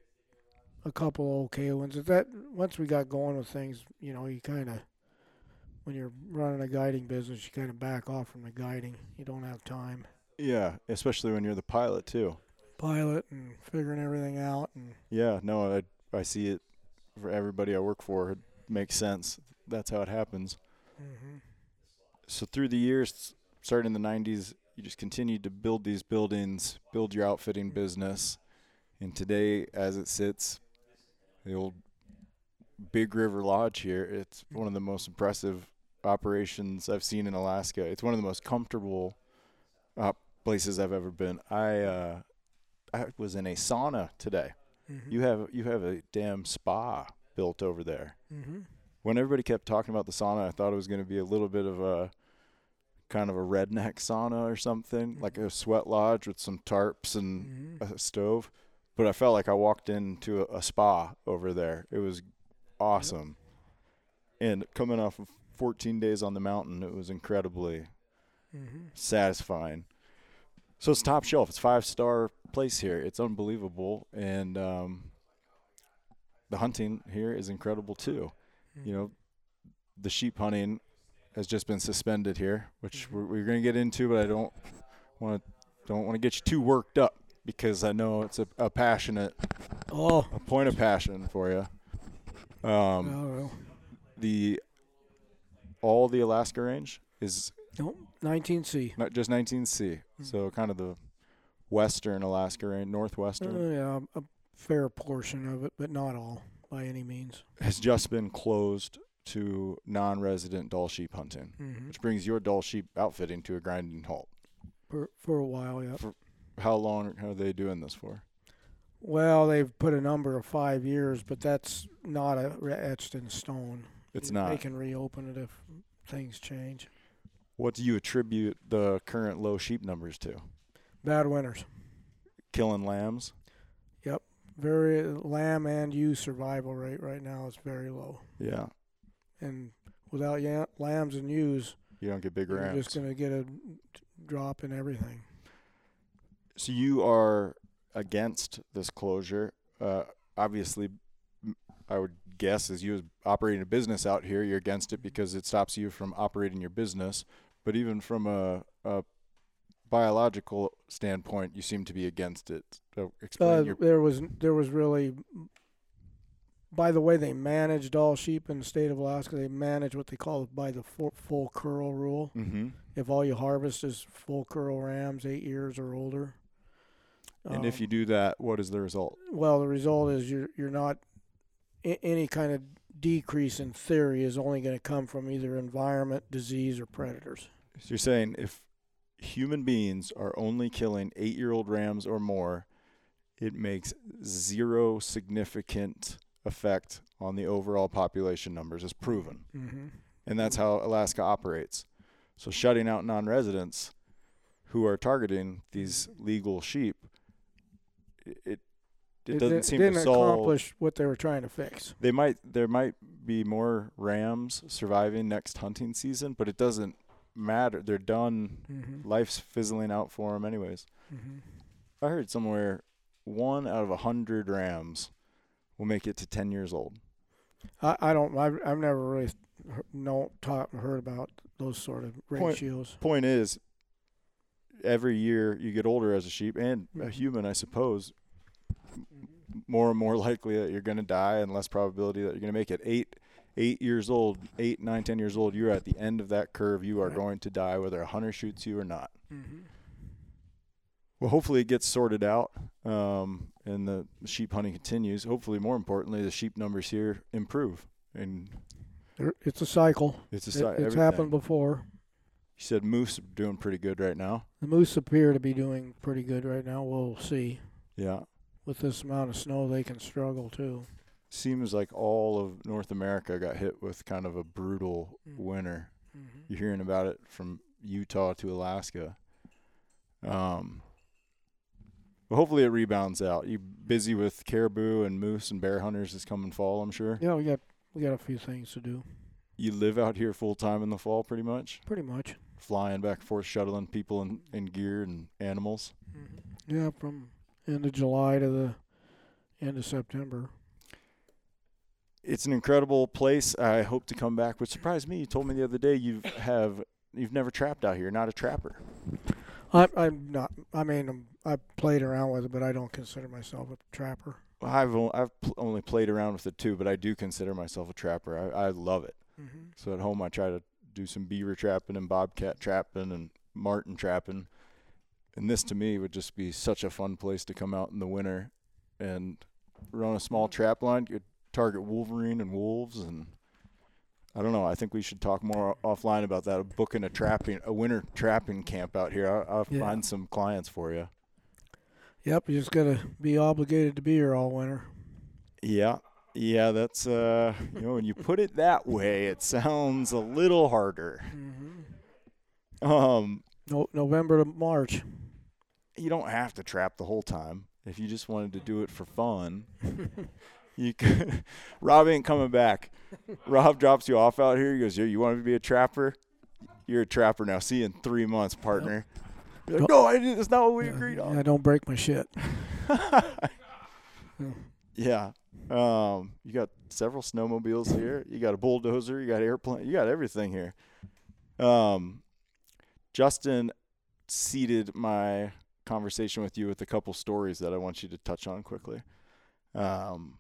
a couple okay ones. If that once we got going with things, you know, you kind of when you're running a guiding business, you kind of back off from the guiding. You don't have time. yeah especially when you're the pilot too Pilot and figuring everything out and yeah no i i see it for everybody i work for it makes sense that's how it happens mhm. so through the years starting in the 90s you just continued to build these buildings build your outfitting business and today as it sits the old big river lodge here it's one of the most impressive operations i've seen in alaska it's one of the most comfortable uh, places i've ever been i uh, i was in a sauna today Mhm. you have you have a damn spa built over there Mhm. when everybody kept talking about the sauna, I thought it was going to be a little bit of a kind of a redneck sauna or something, like a sweat lodge with some tarps and Mhm. a stove. But I felt like I walked into a, a spa over there. It was awesome. And coming off of 14 days on the mountain, it was incredibly Mhm. satisfying. So it's top shelf. It's five star place here. It's unbelievable, and um, the hunting here is incredible too. You know, the sheep hunting has just been suspended here, which we're, we're going to get into, but I don't want to don't want to get you too worked up because I know it's a, a passionate Oh, a point of passion for you. Um, no, no. The all the Alaska range is Nope. 19C. not just 19C. So kind of the western Alaska range, Uh, northwestern yeah, a fair portion of it, but not all by any means. has just been closed to non-resident doll sheep hunting, hmm which brings your doll sheep outfitting to a grinding halt. For, for a while, yeah. How long are they doing this for? Well, they've put a number of five years, but that's not a, re- etched in stone. It's They not. can reopen it if things change. What do you attribute the current low sheep numbers to? Bad winters. Killing lambs. Very lamb and ewe survival rate right now is very low, Yeah, and without ya- lambs and ewes, you don't get big you're rams. just going to get a drop in everything. so you are against this closure. Uh, obviously, m- I would guess as you as operating a business out here, you're against it because it stops you from operating your business. But even from a, a biological standpoint, you seem to be against it. So explain Uh, your there was there was really by the way they managed all sheep in the state of Alaska they manage what they call by the full, full curl rule mm-hmm. if all you harvest is full curl rams 8 years or older and if um, you do that, what is the result? well the result is you're you're not a- any kind of decrease in theory is only going to come from either environment disease or predators So you're saying if human beings are only killing eight year old rams or more, it makes zero significant effect on the overall population numbers, as proven. hmm And that's how Alaska operates. So shutting out non residents who are targeting these legal sheep, it, it, it doesn't di- seem didn't to solve. accomplish what they were trying to fix. They might there might be more rams surviving next hunting season, but it doesn't matter. They're done. Mm-hmm. Life's fizzling out for them anyways. hmm I heard somewhere one out of a hundred rams will make it to ten years old. I, I don't. I've, I've never really he- know taught heard about those sort of ratios. Point is, every year you get older as a sheep and a Mhm. human, I suppose. More and more likely that you're going to die, and less probability that you're going to make it. Eight, eight years old, eight, nine, ten years old, you're at the end of that curve. You are Right. going to die, whether a hunter shoots you or not. Mhm. Well, hopefully it gets sorted out, um, and the sheep hunting continues. Hopefully, more importantly, the sheep numbers here improve, and There- It's a cycle. it's a It- si- it's everything. happened before. She said moose are doing pretty good right now. The moose appear to be doing pretty good right now. We'll see. Yeah, With this amount of snow, they can struggle too. seems like all of North America got hit with kind of a brutal Mm. winter. Mm-hmm. You're hearing about it from Utah to Alaska. Um, but hopefully it rebounds out. You busy with caribou and moose and bear hunters this coming fall, I'm sure. Yeah, we got we got a few things to do. You live out here full time in the fall, pretty much. Pretty much. flying back and forth, shuttling people and, and gear and animals. Yeah, from end of July to the end of September. It's an incredible place. I hope to come back. Which surprised me. You told me the other day you have you've never trapped out here. Not a trapper. I'm I'm not. I mean, I'm, I played around with it, but I don't consider myself a trapper. Well, I've o- I've pl- only played around with it too, but I do consider myself a trapper. I, I love it. Mm-hmm. So at home, I try to do some beaver trapping and bobcat trapping and marten trapping. And this to me would just be such a fun place to come out in the winter and run a small trap line. Could target wolverine and wolves and I don't know. I think we should talk more offline about that. Booking a trapping, a winter trapping camp out here. I'll, I'll Yeah. find some clients for you. Yep, you just gotta be obligated to be here all winter. Yeah, yeah. That's uh, you know, when you put it that way, it sounds a little harder. Mm-hmm. Um, No, November to March. you don't have to trap the whole time. If you just wanted to do it for fun, you could. Rob ain't coming back. Rob drops you off out here. He goes, "Yo, you want to be a trapper? You're a trapper now. See you in three months, partner." You're like, no, I didn't. That's not what we agreed on. I don't break my shit. Yeah. Um, you got several snowmobiles here. You got a bulldozer. You got airplane. You got everything here. Um, Justin seeded my conversation with you with a couple stories that I want you to touch on quickly. Um,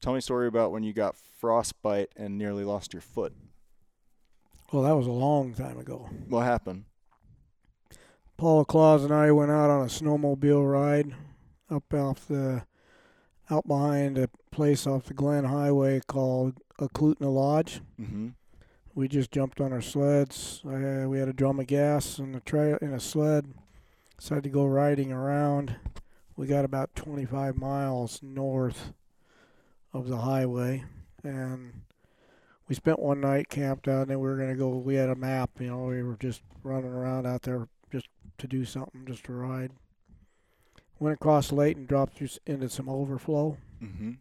tell me a story about when you got frostbite and nearly lost your foot. Well, that was a long time ago. What happened? Paul Claus and I went out on a snowmobile ride up off the out behind a place off the Glen Highway called Oklutna Lodge. Mm-hmm. We just jumped on our sleds. I, uh, we had a drum of gas and a trail in a sled. Decided to go riding around. We got about 25 miles north of the highway, and we spent one night camped out. And then we were gonna go. We had a map, you know. We were just running around out there just to do something, just to ride. Went across the lake and dropped through s- into some overflow. Mm-hmm.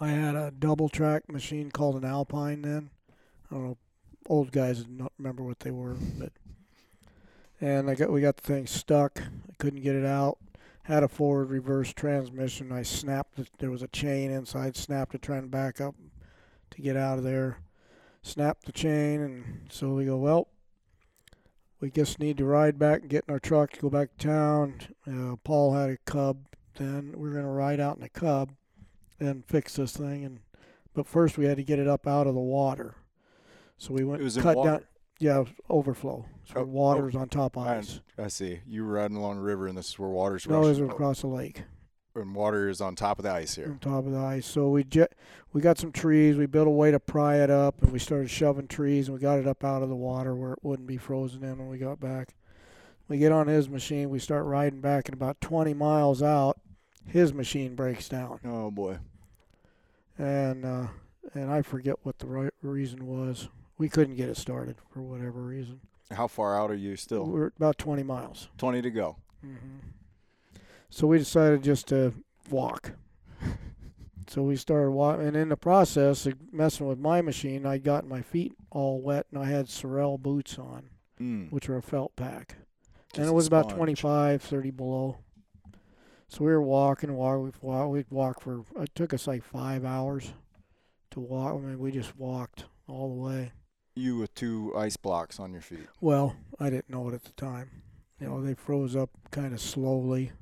I had a double track machine called an Alpine then. I don't know, old guys would not remember what they were, but and I got we got the thing stuck. I couldn't get it out. Had a forward reverse transmission. I snapped. It. There was a chain inside. Snapped it trying to back up to get out of there. Snapped the chain, and so we go. Well, we just need to ride back and get in our truck. Go back to town. Uh, Paul had a cub. Then we we're gonna ride out in a cub and fix this thing. And but first we had to get it up out of the water. So we went It was in cut water. down. Yeah, overflow. So Oh, water's on top of I ice. I see. You were riding along a river, and this is where water's No, it's rushing, across the lake, and water is on top of the ice here. on top of the ice. So we jet, we got some trees. We built a way to pry it up, and we started shoving trees, and we got it up out of the water where it wouldn't be frozen in when we got back. We get on his machine, we start riding back, and about 20 miles out, his machine breaks down, Oh boy. and uh, and I forget what the right reason was. We couldn't get it started for whatever reason. How far out are you still? We're about 20 miles. 20 to go. Mm-hmm. So we decided just to walk. so we started walking, and in the process of messing with my machine, I got my feet all wet, and I had Sorel boots on, Mm. which are a felt pack. and Just it was about sponge. 25, 30 below. So we were walking, walk, we walked, we walked for, it took us like five hours to walk. I mean, we just walked all the way. You with two ice blocks on your feet. Well, I didn't know it at the time. You know, they froze up kind of slowly.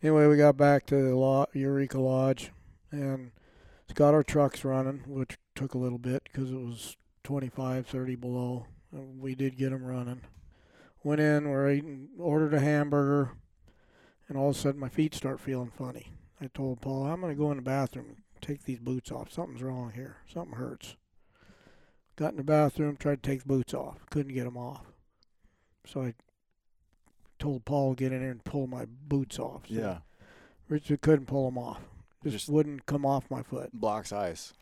Anyway, we got back to the lo- Eureka Lodge and got our trucks running, which took a little bit because it was 25, 30 below. And We did get them running. Went in, we're eating, ordered a hamburger, and all of a sudden my feet start feeling funny. I told Paul, I'm going to go in the bathroom, and take these boots off. Something's wrong here. Something hurts. Got in the bathroom, tried to take the boots off. Couldn't get them off. So I told Paul get in there and pull my boots off. So Yeah. Richard couldn't pull them off. Just, Just- wouldn't come off my foot. Blocks ice.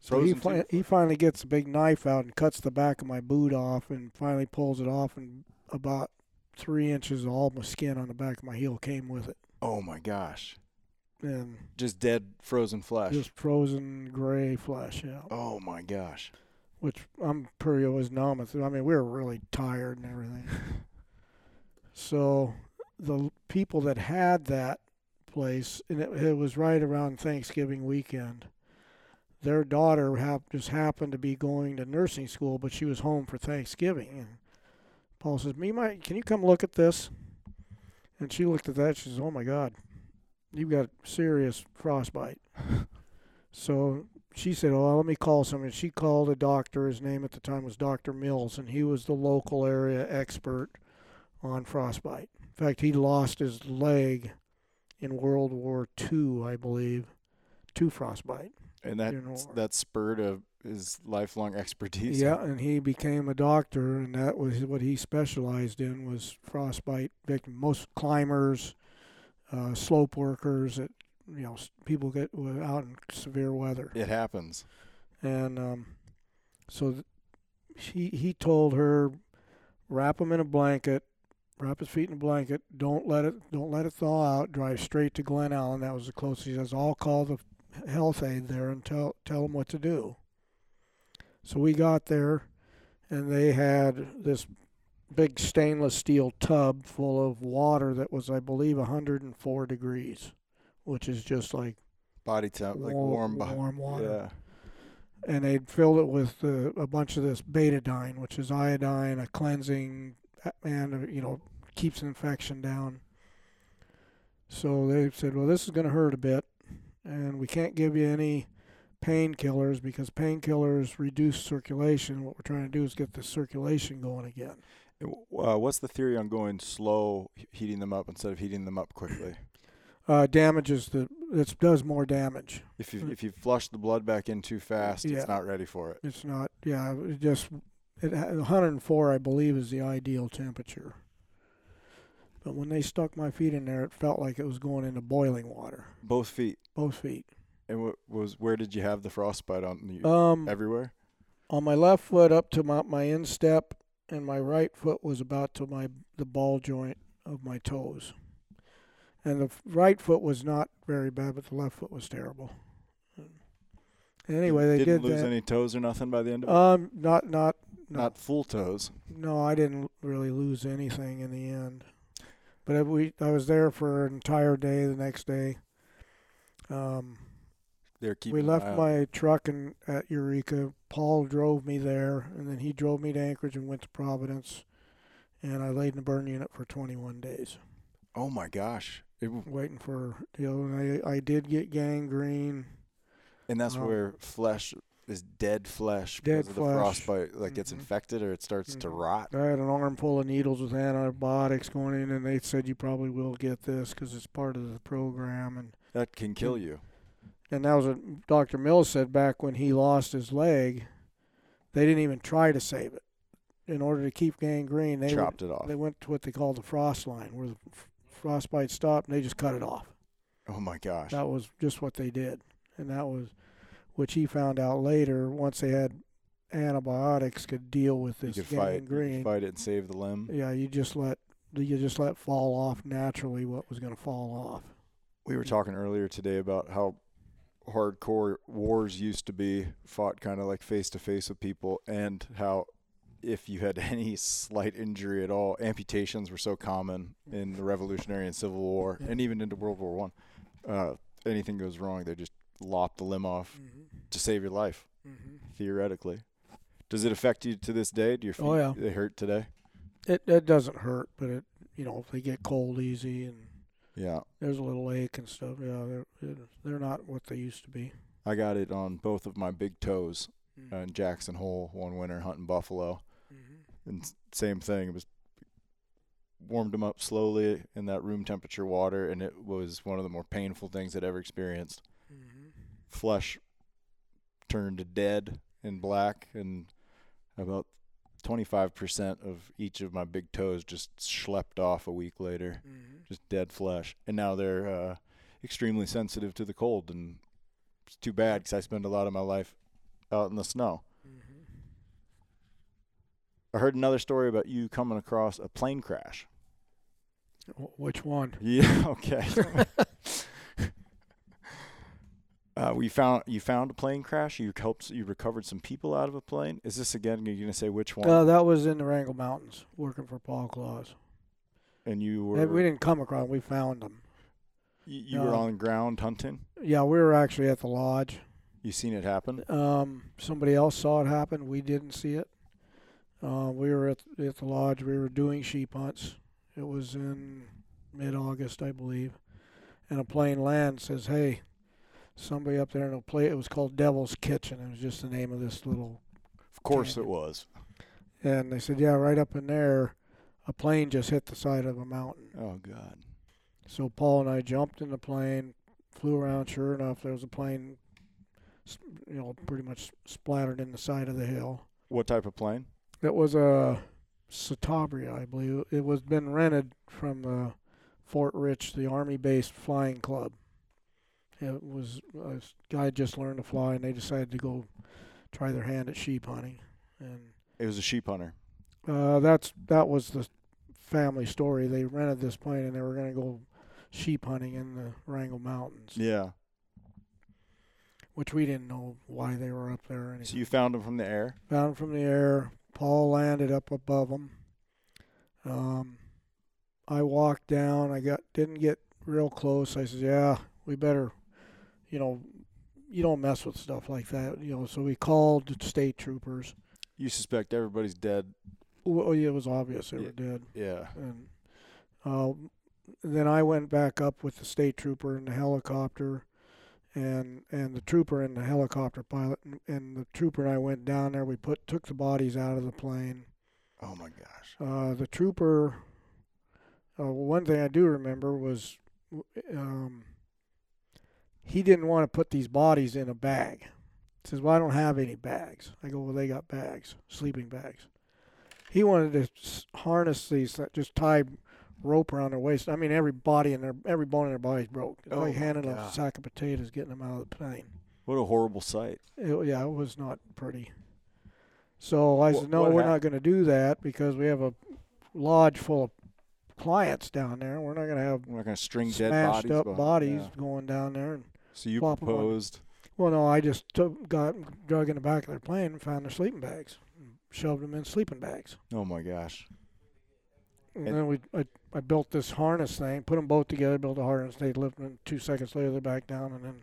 So he, Frozen fi- too? he finally gets a big knife out and cuts the back of my boot off and finally pulls it off and about three inches of all my skin on the back of my heel came with it. Oh my gosh. And Just dead frozen flesh. just frozen gray flesh, yeah. oh my gosh. which I'm pretty it was numb. It's- I mean, we were really tired and everything. so the l- people that had that place, and it, it was right around Thanksgiving weekend. Their daughter hap- just happened to be going to nursing school, but she was home for Thanksgiving. And Paul says, "Me, might can you come look at this?" And she looked at that. She says, "Oh my God, you've got serious frostbite." so she said, "Oh, let me call someone." She called a doctor. His name at the time was Doctor Mills, and he was the local area expert on frostbite. In fact, he lost his leg in World War II, I believe, to frostbite. And that You know- that spurred of his lifelong expertise. Yeah, and he became a doctor, and that was what he specialized in was frostbite victims, most climbers, uh, slope workers, that you know s- people get w- out in severe weather. It happens. and um, so th- he he told her wrap him in a blanket, wrap his feet in a blanket. Don't let it don't let it thaw out. Drive straight to Glen Allen. That was the closest. He says I'll call the health aide there and tell tell them what to do. So we got there, and they had this big stainless steel tub full of water that was I believe 104 degrees, which is just like Body temp, like wa- warm, body. warm water Yeah. and they'd filled it with uh, a bunch of this betadine, which is iodine, a cleansing, uh, and uh, you know keeps infection down. So they said, well, this is going to hurt a bit, and we can't give you any painkillers because painkillers reduce circulation. What we're trying to do is get the circulation going again. Uh, what's the theory on going slow, he- heating them up instead of heating them up quickly? Uh, damages the it does more damage. If you if you flush the blood back in too fast, Hmm. Yeah. it's not ready for it. It's not yeah, it just it, ha- 104 I believe is the ideal temperature. But when they stuck my feet in there, it felt like it was going into boiling water. Both feet. Both feet. And what was where did you have the frostbite on you? Um, Everywhere. on my left foot up to my, my instep, and my right foot was about to my the ball joint of my toes. And the f- right foot was not very bad, but the left foot was terrible. Anyway, they didn't did lose that. any toes or nothing by the end of it. um, not not no. Not full toes. No, I didn't really lose anything in the end. But I, we, I was there for an entire day. The next day, um, They're keeping. we an left eye out. my truck in at Eureka. Paul drove me there, and then he drove me to Anchorage and went to Providence. And I laid in the burn unit for 21 days, Oh my gosh. It, waiting for you know. And I I did get gangrene. and that's Wow. where flesh is dead flesh because Oh. Dead of flesh. the frostbite like gets Mhm. infected or it starts to Mhm. rot. I had an armful of needles with antibiotics going in, and they said you probably will get this because it's part of the program. And That can kill you. and that was what Dr. Mills said back when he lost his leg. They didn't even try to save it. in order to keep gangrene, they chopped it off. They went to what they call the frost line, where the f- frostbite stopped, and they just cut it off. oh my gosh. That was just what they did, and that was, which he found out later once they had antibiotics could deal with you this could fight, you could gangrene. fight it and save the limb. Yeah, you just let you just let fall off naturally what was going to fall off. We were talking earlier today about how hardcore wars used to be fought kind of like face to face with people, and how if you had any slight injury at all, amputations were so common in the Revolutionary and Civil War, and even into World War One. Uh, anything goes wrong, they just lop the limb off to save your life, theoretically. Does it affect you to this day? Do your feet Oh, yeah. they hurt today? It it doesn't hurt, but it you know they get cold easy and Yeah. there's a little ache and stuff. Yeah, they're they're- they're not what they used to be. Mm-hmm. I got it on both of my big toes uh, in Jackson Hole one winter hunting buffalo. Mm-hmm. And s- same thing, it was warmed them up slowly in that room temperature water, and it was one of the more painful things I'd ever experienced. Mm-hmm. Flesh turned to dead and black, and about 25% of each of my big toes just schlepped off a week later, just dead flesh. And now they're uh, extremely sensitive to the cold, and it's too bad because I spend a lot of my life out in the snow. Mm-hmm. I heard another story about you coming across a plane crash. Mm-hmm. Wh- Which one? Yeah. Okay. uh, we found you found a plane crash. You helped. You recovered some people out of a plane. Is this again? You're gonna say which one? Uh, that was in the Wrangell Mountains, working for Paul Claus. and you They- were We didn't come across. 'em, We found them. you, you were uh, on ground hunting. Yeah, we were actually at the lodge. You seen it happen. Um, somebody else saw it happen. We didn't see it. Uh, we were at, at the lodge. We were doing sheep hunts. It was in mid August, I believe. And a plane lands says, Hey, somebody up there in a plate. It was called Devil's Kitchen. It was just the name of this little. Of course it was. And they said, Yeah, right up in there, a plane just hit the side of a mountain. Oh God. So Paul and I jumped in the plane, flew around. Sure enough, there was a plane, s- you know, pretty much splattered in the side of the hill. What type of plane? It was a Satabria, I believe. It was been rented from the Fort Rich, the Army-based flying club. It was a guy just learned to fly, and they decided to go try their hand at sheep hunting, and It was a sheep hunter. uh, that's that was the family story. They rented this plane, and they were going to go sheep hunting in the Wrangell Mountains, Yeah. which we didn't know why they were up there. Anyway. So you found him from the air. Found from the air. Paul landed up above him. Um, I walked down. I got didn't get real close. I said, "Yeah, we better, you know, you don't mess with stuff like that, you know." So we called the state troopers. You suspect everybody's dead. Well, oh, it was obvious they Yeah. were dead, Yeah. and uh, then I went back up with the state trooper in the helicopter, and and the trooper and the helicopter pilot, and, and the trooper and I went down there. We put took the bodies out of the plane. Oh my gosh. Uh, the trooper. Uh, one thing I do remember was, um, he didn't want to put these bodies in a bag. He says, "Well, I don't have any bags." I go, "Well, they got bags, sleeping bags." He wanted to s- harness these, that just tie rope around their waist. I mean, every body in their, every bone in their body's broke. It's Oh, like my handing a God. sack of potatoes, getting them out of the plane. What a horrible sight. It, yeah, it was not pretty. So I Wha- said, no, what we're hap- not going to do that because we have a lodge full of clients down there. We're not going to have We're not gonna string dead smashed bodies. up behind- bodies Yeah. going down there. And, So you plop 'em on- proposed. well, no, I just took, got drug in the back of their plane and found their sleeping bags, and shoved them in sleeping bags. Oh my gosh. And, And- then we, I, I built this harness thing, put them both together, built a harness. They lifted them. Two seconds later, they're back down, and then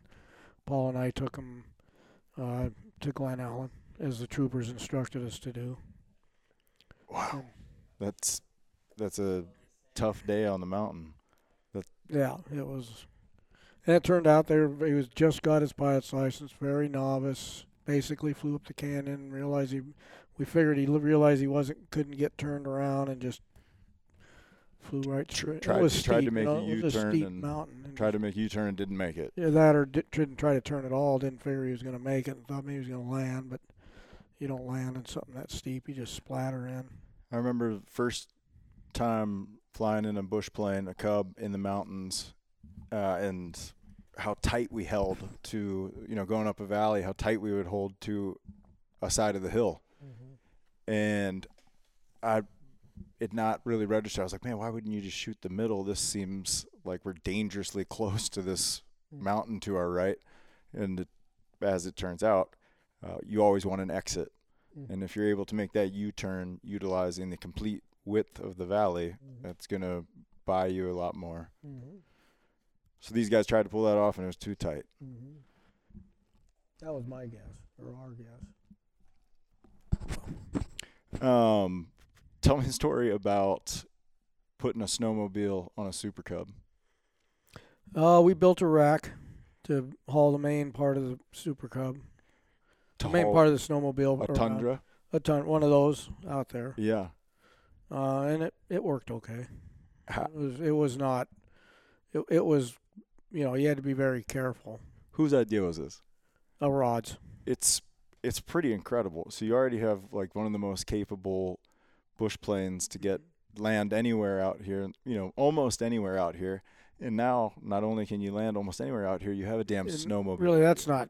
Paul and I took them uh, to Glen Allen, as the troopers instructed us to do. Wow. That's that's a tough day on the mountain. Yeah, it was. And it turned out there he was just got his pilot's license, very novice. Basically, flew up the canyon, realized he. We figured he li- realized he wasn't couldn't get turned around and just flew right Tr- straight. tried- it was tried to steep, make you know, a it was a U-turn steep and mountain. And Tried to make U turn and didn't make it. yeah, that or di- didn't try to turn at all. Didn't figure he was going to make it. Thought maybe he was going to land, but You don't land in something that steep. You just splatter in. I remember the first time flying in a bush plane, a cub in the mountains, uh, and how tight we held to, you know, going up a valley, how tight we would hold to a side of the hill. Mm-hmm, And I, it not really registered. I was like, man, why wouldn't you just shoot the middle? This seems like we're dangerously close to this mountain to our right. And it, as it turns out, uh, you always want an exit. And if you're able to make that U turn utilizing the complete width of the valley, that's going to buy you a lot more. mm-hmm, So these guys tried to pull that off and it was too tight. mm-hmm. That was my guess or our guess. Um, tell me a story about putting a snowmobile on a Super Cub. Uh, we built a rack to haul the main part of the Super Cub, the main part of the snowmobile. a around. Tundra. a ton, one of those out there, Yeah. uh, and it, it worked okay. Ha- It was it was not, it, it was, you know, you had to be very careful. Whose idea was this? Uh, rods, It's it's pretty incredible. So you already have like one of the most capable bush planes to get land anywhere out here, you know, almost anywhere out here. And now not only can you land almost anywhere out here, you have a damn And snowmobile. really, that's not,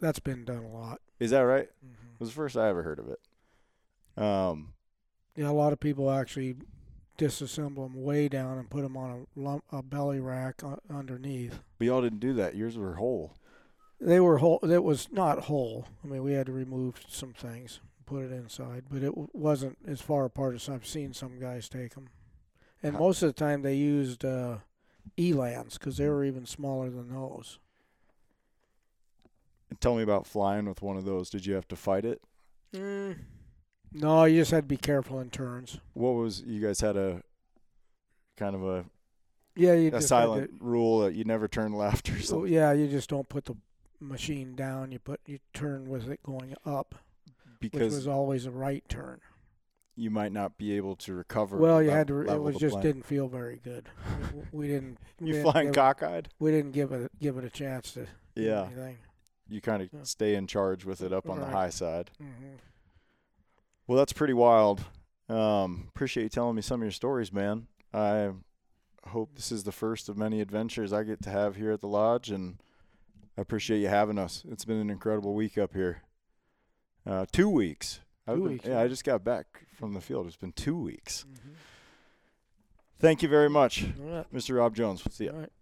that's been done a lot. Is that right? Mhm. It was the first I ever heard of it. Um, Yeah, a lot of people actually disassemble them way down and put them on a lump, a belly rack u- underneath. but y'all didn't do that. Yours were whole. They were whole. It was not whole. I mean, we had to remove some things, put it inside, but it w- wasn't as far apart as I've seen some guys take them. And How- most of the time, they used uh, Elans because they were even smaller than those. And tell me about flying with one of those. Did you have to fight it? Mm. No, you just had to be careful in turns. What was you guys had a kind of a, Yeah, you a just had silent to- rule that you never turn left or So something? yeah, you just don't put the machine down. You put you turn with it going up, which because was always a right turn. you might not be able to recover. Well, you that had to. It level was the just plane. didn't feel very good. W- We didn't. we you didn't flying give, cockeyed. We didn't give it give it a chance to. do Yeah, Anything. you kind Yeah. of stay in charge with it up on the Right. high side. Mhm. Well, that's pretty wild. Um, appreciate you telling me some of your stories, man. I hope this is the first of many adventures I get to have here at the lodge, and I appreciate you having us. It's been an incredible week up here. Uh, two weeks. I've Two been- weeks, Yeah, yeah. I just got back from the field. It's Mm-hmm. been two weeks. Thank you very much, All right. Mr. Rob Jones. We'll see you. All right.